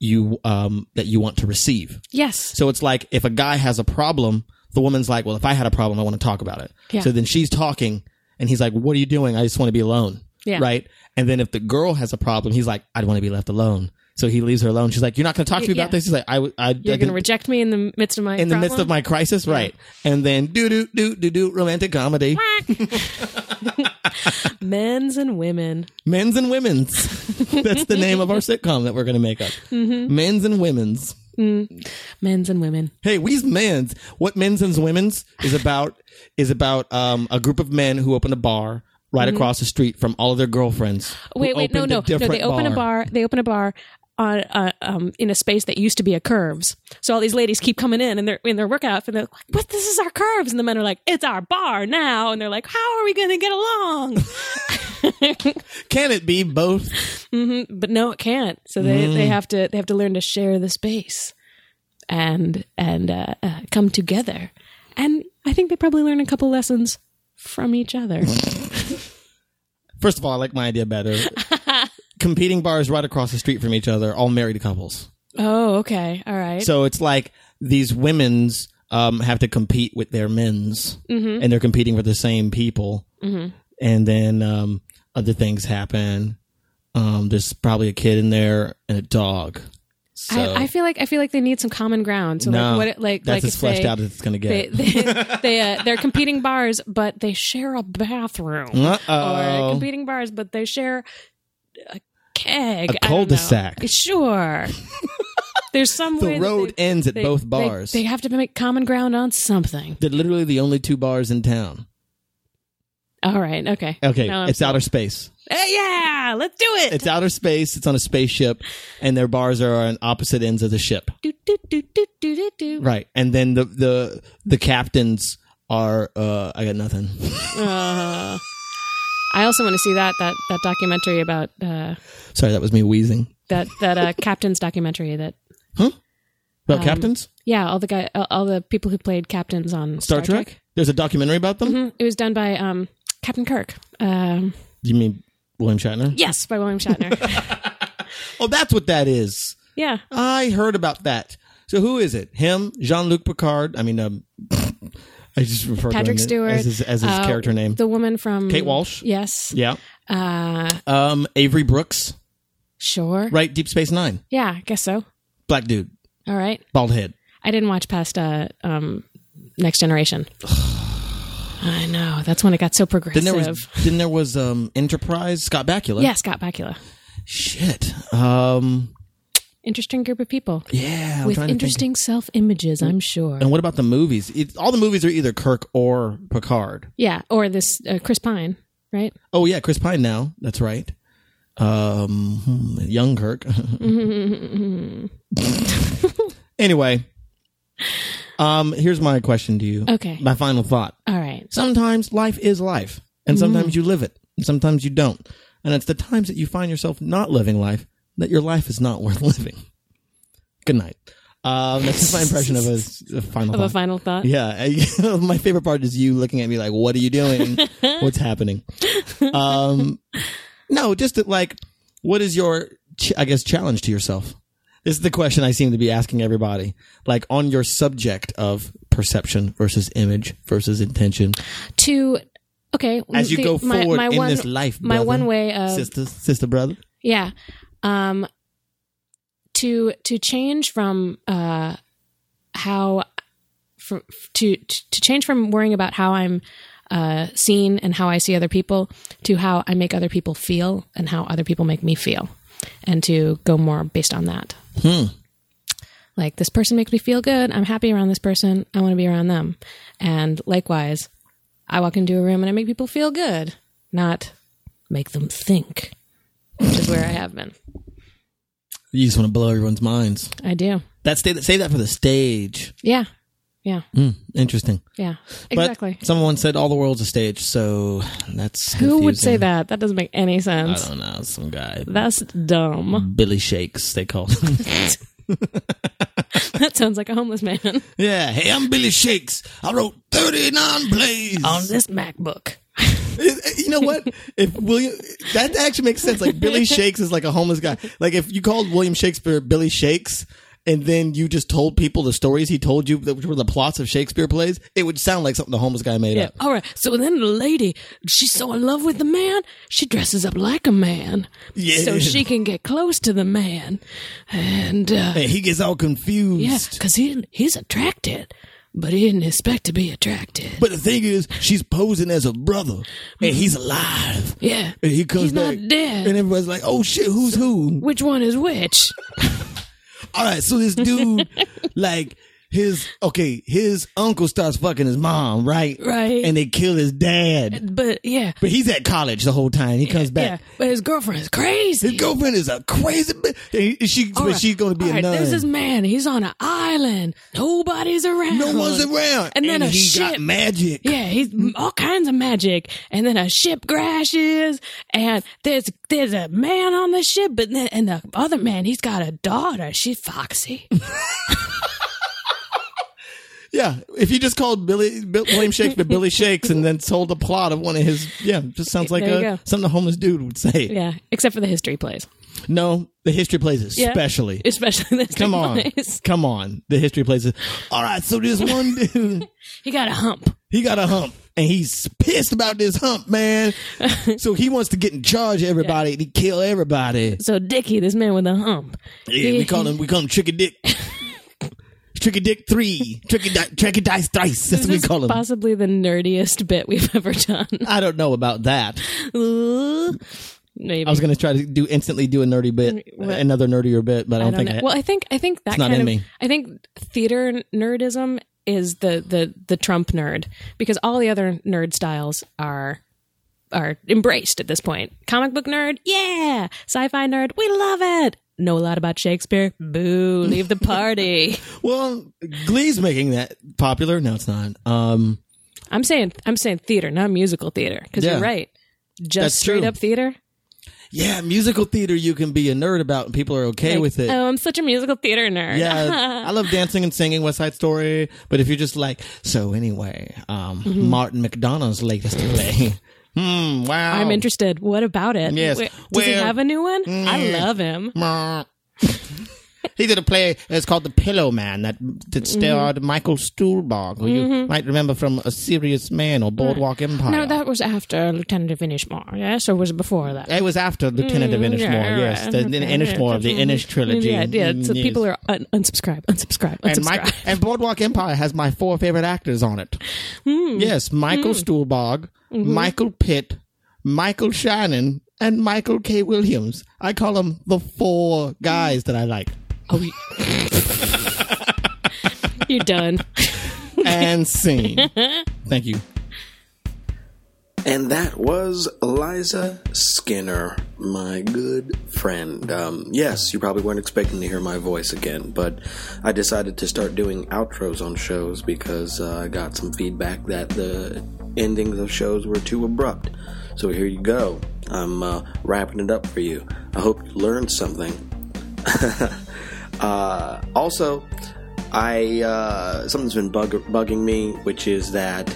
Speaker 1: you um that you want to receive
Speaker 3: Yes.
Speaker 1: so it's like if a guy has a problem the woman's like well if i had a problem i want to talk about it
Speaker 3: Yeah.
Speaker 1: so then she's talking and he's like what are you doing i just want to be alone
Speaker 3: Yeah.
Speaker 1: right and then if the girl has a problem he's like i'd want to be left alone so he leaves her alone. She's like, "You're not going to talk to me
Speaker 3: Yeah.
Speaker 1: about this." He's like, "I, w- I,
Speaker 3: You're
Speaker 1: I
Speaker 3: going to
Speaker 1: didn't-
Speaker 3: reject me in the midst of my
Speaker 1: in the midst
Speaker 3: problem?
Speaker 1: of my crisis, right? And then do do do do do romantic comedy,
Speaker 3: *laughs* men's and women.
Speaker 1: men's and women's. *laughs* That's the name of our sitcom that we're going to make up.
Speaker 3: Mm-hmm.
Speaker 1: Men's and women's.
Speaker 3: Men's and women.
Speaker 1: Hey, we's men's. What men's and women's is about is about um, a group of men who open a bar right across the street from all of their girlfriends. who
Speaker 3: Mm-hmm. Wait, wait, no,
Speaker 1: opened a
Speaker 3: no, no.
Speaker 1: different
Speaker 3: They open a bar. They open a bar on uh, um, in a space that used to be a curves. So all these ladies keep coming in and they're in their workout and they're like, "But this is our curves," and the men are like, "It's our bar now," and they're like, "How are we going to get along?" *laughs*
Speaker 1: Can it be both?
Speaker 3: but no, it can't. So they,
Speaker 1: Mm.
Speaker 3: they have to they have to learn to share the space and and uh, uh, come together. And I think they probably learn a couple lessons from each
Speaker 1: *laughs*
Speaker 3: other.
Speaker 1: First of all, I like my
Speaker 3: *laughs*
Speaker 1: idea better. Competing bars right across the street from each other, all married couples.
Speaker 3: oh, okay, all right.
Speaker 1: So it's like these women's um, have to compete with their men's,
Speaker 3: Mm-hmm.
Speaker 1: and they're competing for the same people. And then um, other things happen. Um, there's probably a kid in there and a dog. So
Speaker 3: I, I feel like I feel like they need some common ground. So
Speaker 1: no,
Speaker 3: like what it, like
Speaker 1: that's
Speaker 3: like
Speaker 1: as
Speaker 3: if
Speaker 1: fleshed
Speaker 3: they,
Speaker 1: out as it's gonna
Speaker 3: they,
Speaker 1: get.
Speaker 3: they, *laughs* they uh, they're competing bars, but they share a bathroom. Or
Speaker 1: Uh-oh.
Speaker 3: competing bars, but they share a keg,
Speaker 1: A
Speaker 3: I don't know.
Speaker 1: cul-de-sac. *laughs*
Speaker 3: Sure, there's some way
Speaker 1: The
Speaker 3: that
Speaker 1: road
Speaker 3: they,
Speaker 1: ends at
Speaker 3: they-
Speaker 1: both
Speaker 3: they-
Speaker 1: bars.
Speaker 3: They,
Speaker 1: They,
Speaker 3: have to make common ground on something.
Speaker 1: are literally the only two bars in town.
Speaker 3: All right, okay,
Speaker 1: Okay,
Speaker 3: Now I'm
Speaker 1: it's
Speaker 3: still-
Speaker 1: outer space.
Speaker 3: Eh, yeah, let's do it.
Speaker 1: It's outer space. It's on a spaceship, and their bars are on opposite ends of the ship.
Speaker 3: do, do, do, do, do, do, do.
Speaker 1: Right. And then the the the captains are uh I got nothing. *laughs*
Speaker 3: Uh, I also want to see that that that documentary about. Uh,
Speaker 1: Sorry, that was me wheezing.
Speaker 3: that that uh, *laughs* captain's documentary that
Speaker 1: About
Speaker 3: Um,
Speaker 1: captains?
Speaker 3: yeah all the guy all, all the people who played captains on
Speaker 1: Star, Trek? There's a documentary about them?
Speaker 3: Mhm. it was done by um, Captain Kirk um,
Speaker 1: You mean William Shatner?
Speaker 3: yes by William Shatner
Speaker 1: Oh, that's what that is.
Speaker 3: yeah
Speaker 1: I heard about that. So who is it? Him, Jean-Luc Picard. I mean um *laughs* I just refer to him
Speaker 3: Patrick Stewart
Speaker 1: as his, as his
Speaker 3: uh,
Speaker 1: character name.
Speaker 3: the woman from
Speaker 1: Kate Walsh?
Speaker 3: yes
Speaker 1: yeah.
Speaker 3: uh,
Speaker 1: Um Avery Brooks,
Speaker 3: sure
Speaker 1: right? Deep Space 9.
Speaker 3: yeah I guess so
Speaker 1: Black dude,
Speaker 3: all right
Speaker 1: bald head.
Speaker 3: I didn't watch past uh, um, Next
Speaker 1: *sighs*
Speaker 3: Generation I know that's when it got so progressive
Speaker 1: Then there was then there was um Enterprise, Scott Bakula.
Speaker 3: yeah Scott Bakula
Speaker 1: Shit. Um
Speaker 3: interesting group of people
Speaker 1: Yeah, I'm
Speaker 3: with
Speaker 1: trying to think. Mm-hmm. Oh.
Speaker 3: interesting self images I'm sure
Speaker 1: And what about the movies? It, all the movies are either Kirk or Picard.
Speaker 3: Yeah, or this uh, Chris Pine, right?
Speaker 1: Oh yeah, Chris Pine now. That's right. Um, hmm, young *laughs* Kirk. anyway, Um, here's my question to you.
Speaker 3: Okay.
Speaker 1: My final thought.
Speaker 3: All right.
Speaker 1: Sometimes life is life,
Speaker 3: Mm-hmm.
Speaker 1: and sometimes you live it, and sometimes you don't. And it's the times that you find yourself not living life that your life is not worth *laughs* living. Good night. Um, that's just my impression of a, s- a final
Speaker 3: Of a
Speaker 1: thought.
Speaker 3: final thought.
Speaker 1: Yeah, *laughs* I- my favorite part is you looking at me like, "What are
Speaker 3: *laughs*
Speaker 1: you doing? What's happening?" Um, no, just that, like, what is your, ch- I guess, challenge to yourself? This is the question I seem to be asking everybody, like on your subject of perception versus image versus intention.
Speaker 3: To okay.
Speaker 1: As you
Speaker 3: the-
Speaker 1: go
Speaker 3: my-
Speaker 1: forward
Speaker 3: my
Speaker 1: in
Speaker 3: one-
Speaker 1: this life,
Speaker 3: my
Speaker 1: brother,
Speaker 3: one way of
Speaker 1: sister, sister, brother.
Speaker 3: Yeah. Um to to change from uh how from to to change from worrying about how I'm uh seen and how I see other people to how I make other people feel and how other people make me feel and to go more based on that. Like this person makes me feel good. I'm happy around this person. I want to be around them. And likewise, I walk into a room and I make people feel good, not make them think which is where I have been.
Speaker 1: You just want to blow everyone's minds.
Speaker 3: I do.
Speaker 1: That stay, save that for the stage.
Speaker 3: Yeah. Yeah.
Speaker 1: Hmm, interesting.
Speaker 3: Yeah.
Speaker 1: But
Speaker 3: Exactly.
Speaker 1: someone once said all the world's a stage, so that's
Speaker 3: Who would say
Speaker 1: confusing.
Speaker 3: that? That doesn't make any
Speaker 1: I
Speaker 3: sense.
Speaker 1: don't know, some guy.
Speaker 3: That's dumb. *laughs*
Speaker 1: Billy Shakes, they called him.
Speaker 3: That sounds like a homeless man
Speaker 1: *laughs* yeah, hey, I'm Billy Shakes. I wrote 39
Speaker 3: *laughs*
Speaker 1: plays. eh,
Speaker 3: on this MacBook.
Speaker 1: you know what? If William, that actually makes sense. Like Billy Shakes is like a homeless guy. Like if you called William Shakespeare Billy Shakes, and then you just told people the stories he told you, that- which were the plots of Shakespeare plays, it would sound like something the homeless guy
Speaker 3: *laughs*
Speaker 1: made
Speaker 3: Yeah.
Speaker 1: up.
Speaker 3: All right. So then the lady, she's so in love with the man, she dresses up like a man.
Speaker 1: Yeah.
Speaker 3: So she can get close to the man. And, uh,
Speaker 1: And he gets all confused.
Speaker 3: yeah, because he, he's attracted, but he didn't expect to be attracted.
Speaker 1: But the thing is, she's posing as a brother, and he's alive.
Speaker 3: yeah.
Speaker 1: And he comes
Speaker 3: he's
Speaker 1: back,
Speaker 3: not dead.
Speaker 1: and everybody's like, "Oh shit, who's who?"
Speaker 3: which one is which?
Speaker 1: All right, so
Speaker 3: *laughs*
Speaker 1: this dude, like his okay, his uncle starts fucking his mom, right?
Speaker 3: Right.
Speaker 1: and they kill his dad.
Speaker 3: But yeah.
Speaker 1: But he's at college the whole time. He comes
Speaker 3: Yeah,
Speaker 1: back.
Speaker 3: but his girlfriend is crazy.
Speaker 1: His girlfriend is a crazy bitch. And he- She,
Speaker 3: All
Speaker 1: but
Speaker 3: right.
Speaker 1: she's going to be
Speaker 3: All
Speaker 1: a
Speaker 3: right,
Speaker 1: nun.
Speaker 3: There's this man. He's on an island. Nobody's around.
Speaker 1: no one's around.
Speaker 3: And then a
Speaker 1: he
Speaker 3: ship.
Speaker 1: got magic.
Speaker 3: yeah, he's all kinds of magic, and then a ship crashes, and there's there's a man on the ship, but then and the other man, he's got a daughter. She's
Speaker 1: *laughs*
Speaker 3: foxy.
Speaker 1: Yeah, if you just called Billy Bill, William
Speaker 3: *laughs*
Speaker 1: Shakespeare Billy Shakes and then told the plot of one of his, yeah, just sounds like
Speaker 3: There you
Speaker 1: a,
Speaker 3: go.
Speaker 1: something a homeless dude would say.
Speaker 3: yeah, except for the history plays,
Speaker 1: No, the history plays
Speaker 3: Yeah.
Speaker 1: especially.
Speaker 3: especially the history *laughs*
Speaker 1: Come on,
Speaker 3: plays.
Speaker 1: come on, the history plays. it. All right, so this one dude, *laughs*
Speaker 3: He got a hump.
Speaker 1: he got a hump. And he's pissed about this hump,
Speaker 3: *laughs*
Speaker 1: man. so he wants to get in charge of everybody and he kill everybody.
Speaker 3: So Dickie, this man with a hump,
Speaker 1: Yeah, we call him we call him
Speaker 3: *laughs*
Speaker 1: Tricky Dick. Tricky Dick three. Tricky Di- Tricky Dice Thrice. That's
Speaker 3: This
Speaker 1: what we
Speaker 3: is
Speaker 1: call him.
Speaker 3: possibly the nerdiest bit we've *laughs* ever done.
Speaker 1: I don't know about that.
Speaker 3: Ooh. Maybe
Speaker 1: I was gonna try to do instantly do a nerdy bit,
Speaker 3: What?
Speaker 1: another nerdier bit, but I don't,
Speaker 3: I don't know.
Speaker 1: think
Speaker 3: well, I think I think that
Speaker 1: not
Speaker 3: kind
Speaker 1: in
Speaker 3: of
Speaker 1: me.
Speaker 3: I think theater nerdism is the the the Trump nerd because all the other nerd styles are are embraced at this point. Comic book nerd, yeah. Sci-fi nerd, we love it. Know a lot about Shakespeare? Boo! Leave the
Speaker 1: *laughs*
Speaker 3: party.
Speaker 1: I. Well, Glee's making that popular. No, it's not. Um,
Speaker 3: I'm saying I'm saying theater, not musical theater, because
Speaker 1: Yeah.
Speaker 3: you're right. Just
Speaker 1: That's
Speaker 3: straight
Speaker 1: true.
Speaker 3: up theater.
Speaker 1: yeah, musical theater you can be a nerd about, and people are okay
Speaker 3: Like,
Speaker 1: with it.
Speaker 3: Oh, *laughs* I'm such a musical theater nerd.
Speaker 1: Yeah, I love dancing and singing West Side Story, but if you're just like, so anyway, um,
Speaker 3: Mm-hmm.
Speaker 1: Martin McDonough's latest play. *laughs* Hmm. Wow.
Speaker 3: *laughs* I'm interested. What about it?
Speaker 1: Yes. Mm.
Speaker 3: Wait, does he
Speaker 1: Well-
Speaker 3: have a new one? I love him.
Speaker 1: *laughs* he did a play. It's called The Pillow Man that that
Speaker 3: Mm-hmm.
Speaker 1: starred Michael Stuhlbarg, who you might remember from A Serious Man or Boardwalk Empire.
Speaker 3: Mm. No, that was after Lieutenant of Inishmore, yes, or was it before that? Mm,
Speaker 1: it was after Lieutenant of Inishmore.
Speaker 3: yeah,
Speaker 1: yes, the, the
Speaker 3: okay, Mm-hmm.
Speaker 1: Inishmore of the Inish trilogy.
Speaker 3: Yeah, yeah. So
Speaker 1: Yes.
Speaker 3: people are un- unsubscribe, unsubscribe, unsubscribe.
Speaker 1: and, Mike, and Boardwalk Empire has my four favorite actors on it. Yes, Michael Stuhlbarg, Michael Pitt, Michael Shannon, and Michael K. Williams. I call them the four guys that I like.
Speaker 3: oh, you- *laughs* you're done.
Speaker 1: And scene. Thank you.
Speaker 2: And that was Eliza Skinner, my good friend. Um, yes, you probably weren't expecting to hear my voice again, but I decided to start doing outros on shows because uh, I got some feedback that the endings of shows were too abrupt. So here you go. I'm uh, wrapping it up for you. I hope you learned something. *laughs* uh, also, I uh, something's been bug- bugging me, which is that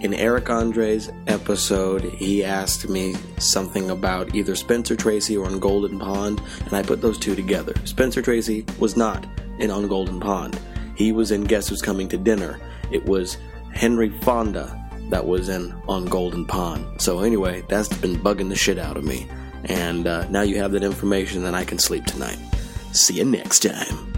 Speaker 2: in Eric Andre's episode, he asked me something about either Spencer Tracy or on Golden Pond, and I put those two together. Spencer Tracy was not in On Golden Pond. He was in Guess Who's Coming to Dinner. It was Henry Fonda that was in On Golden Pond. So anyway, that's been bugging the shit out of me. And uh, now you have that information, and I can sleep tonight. See you next time.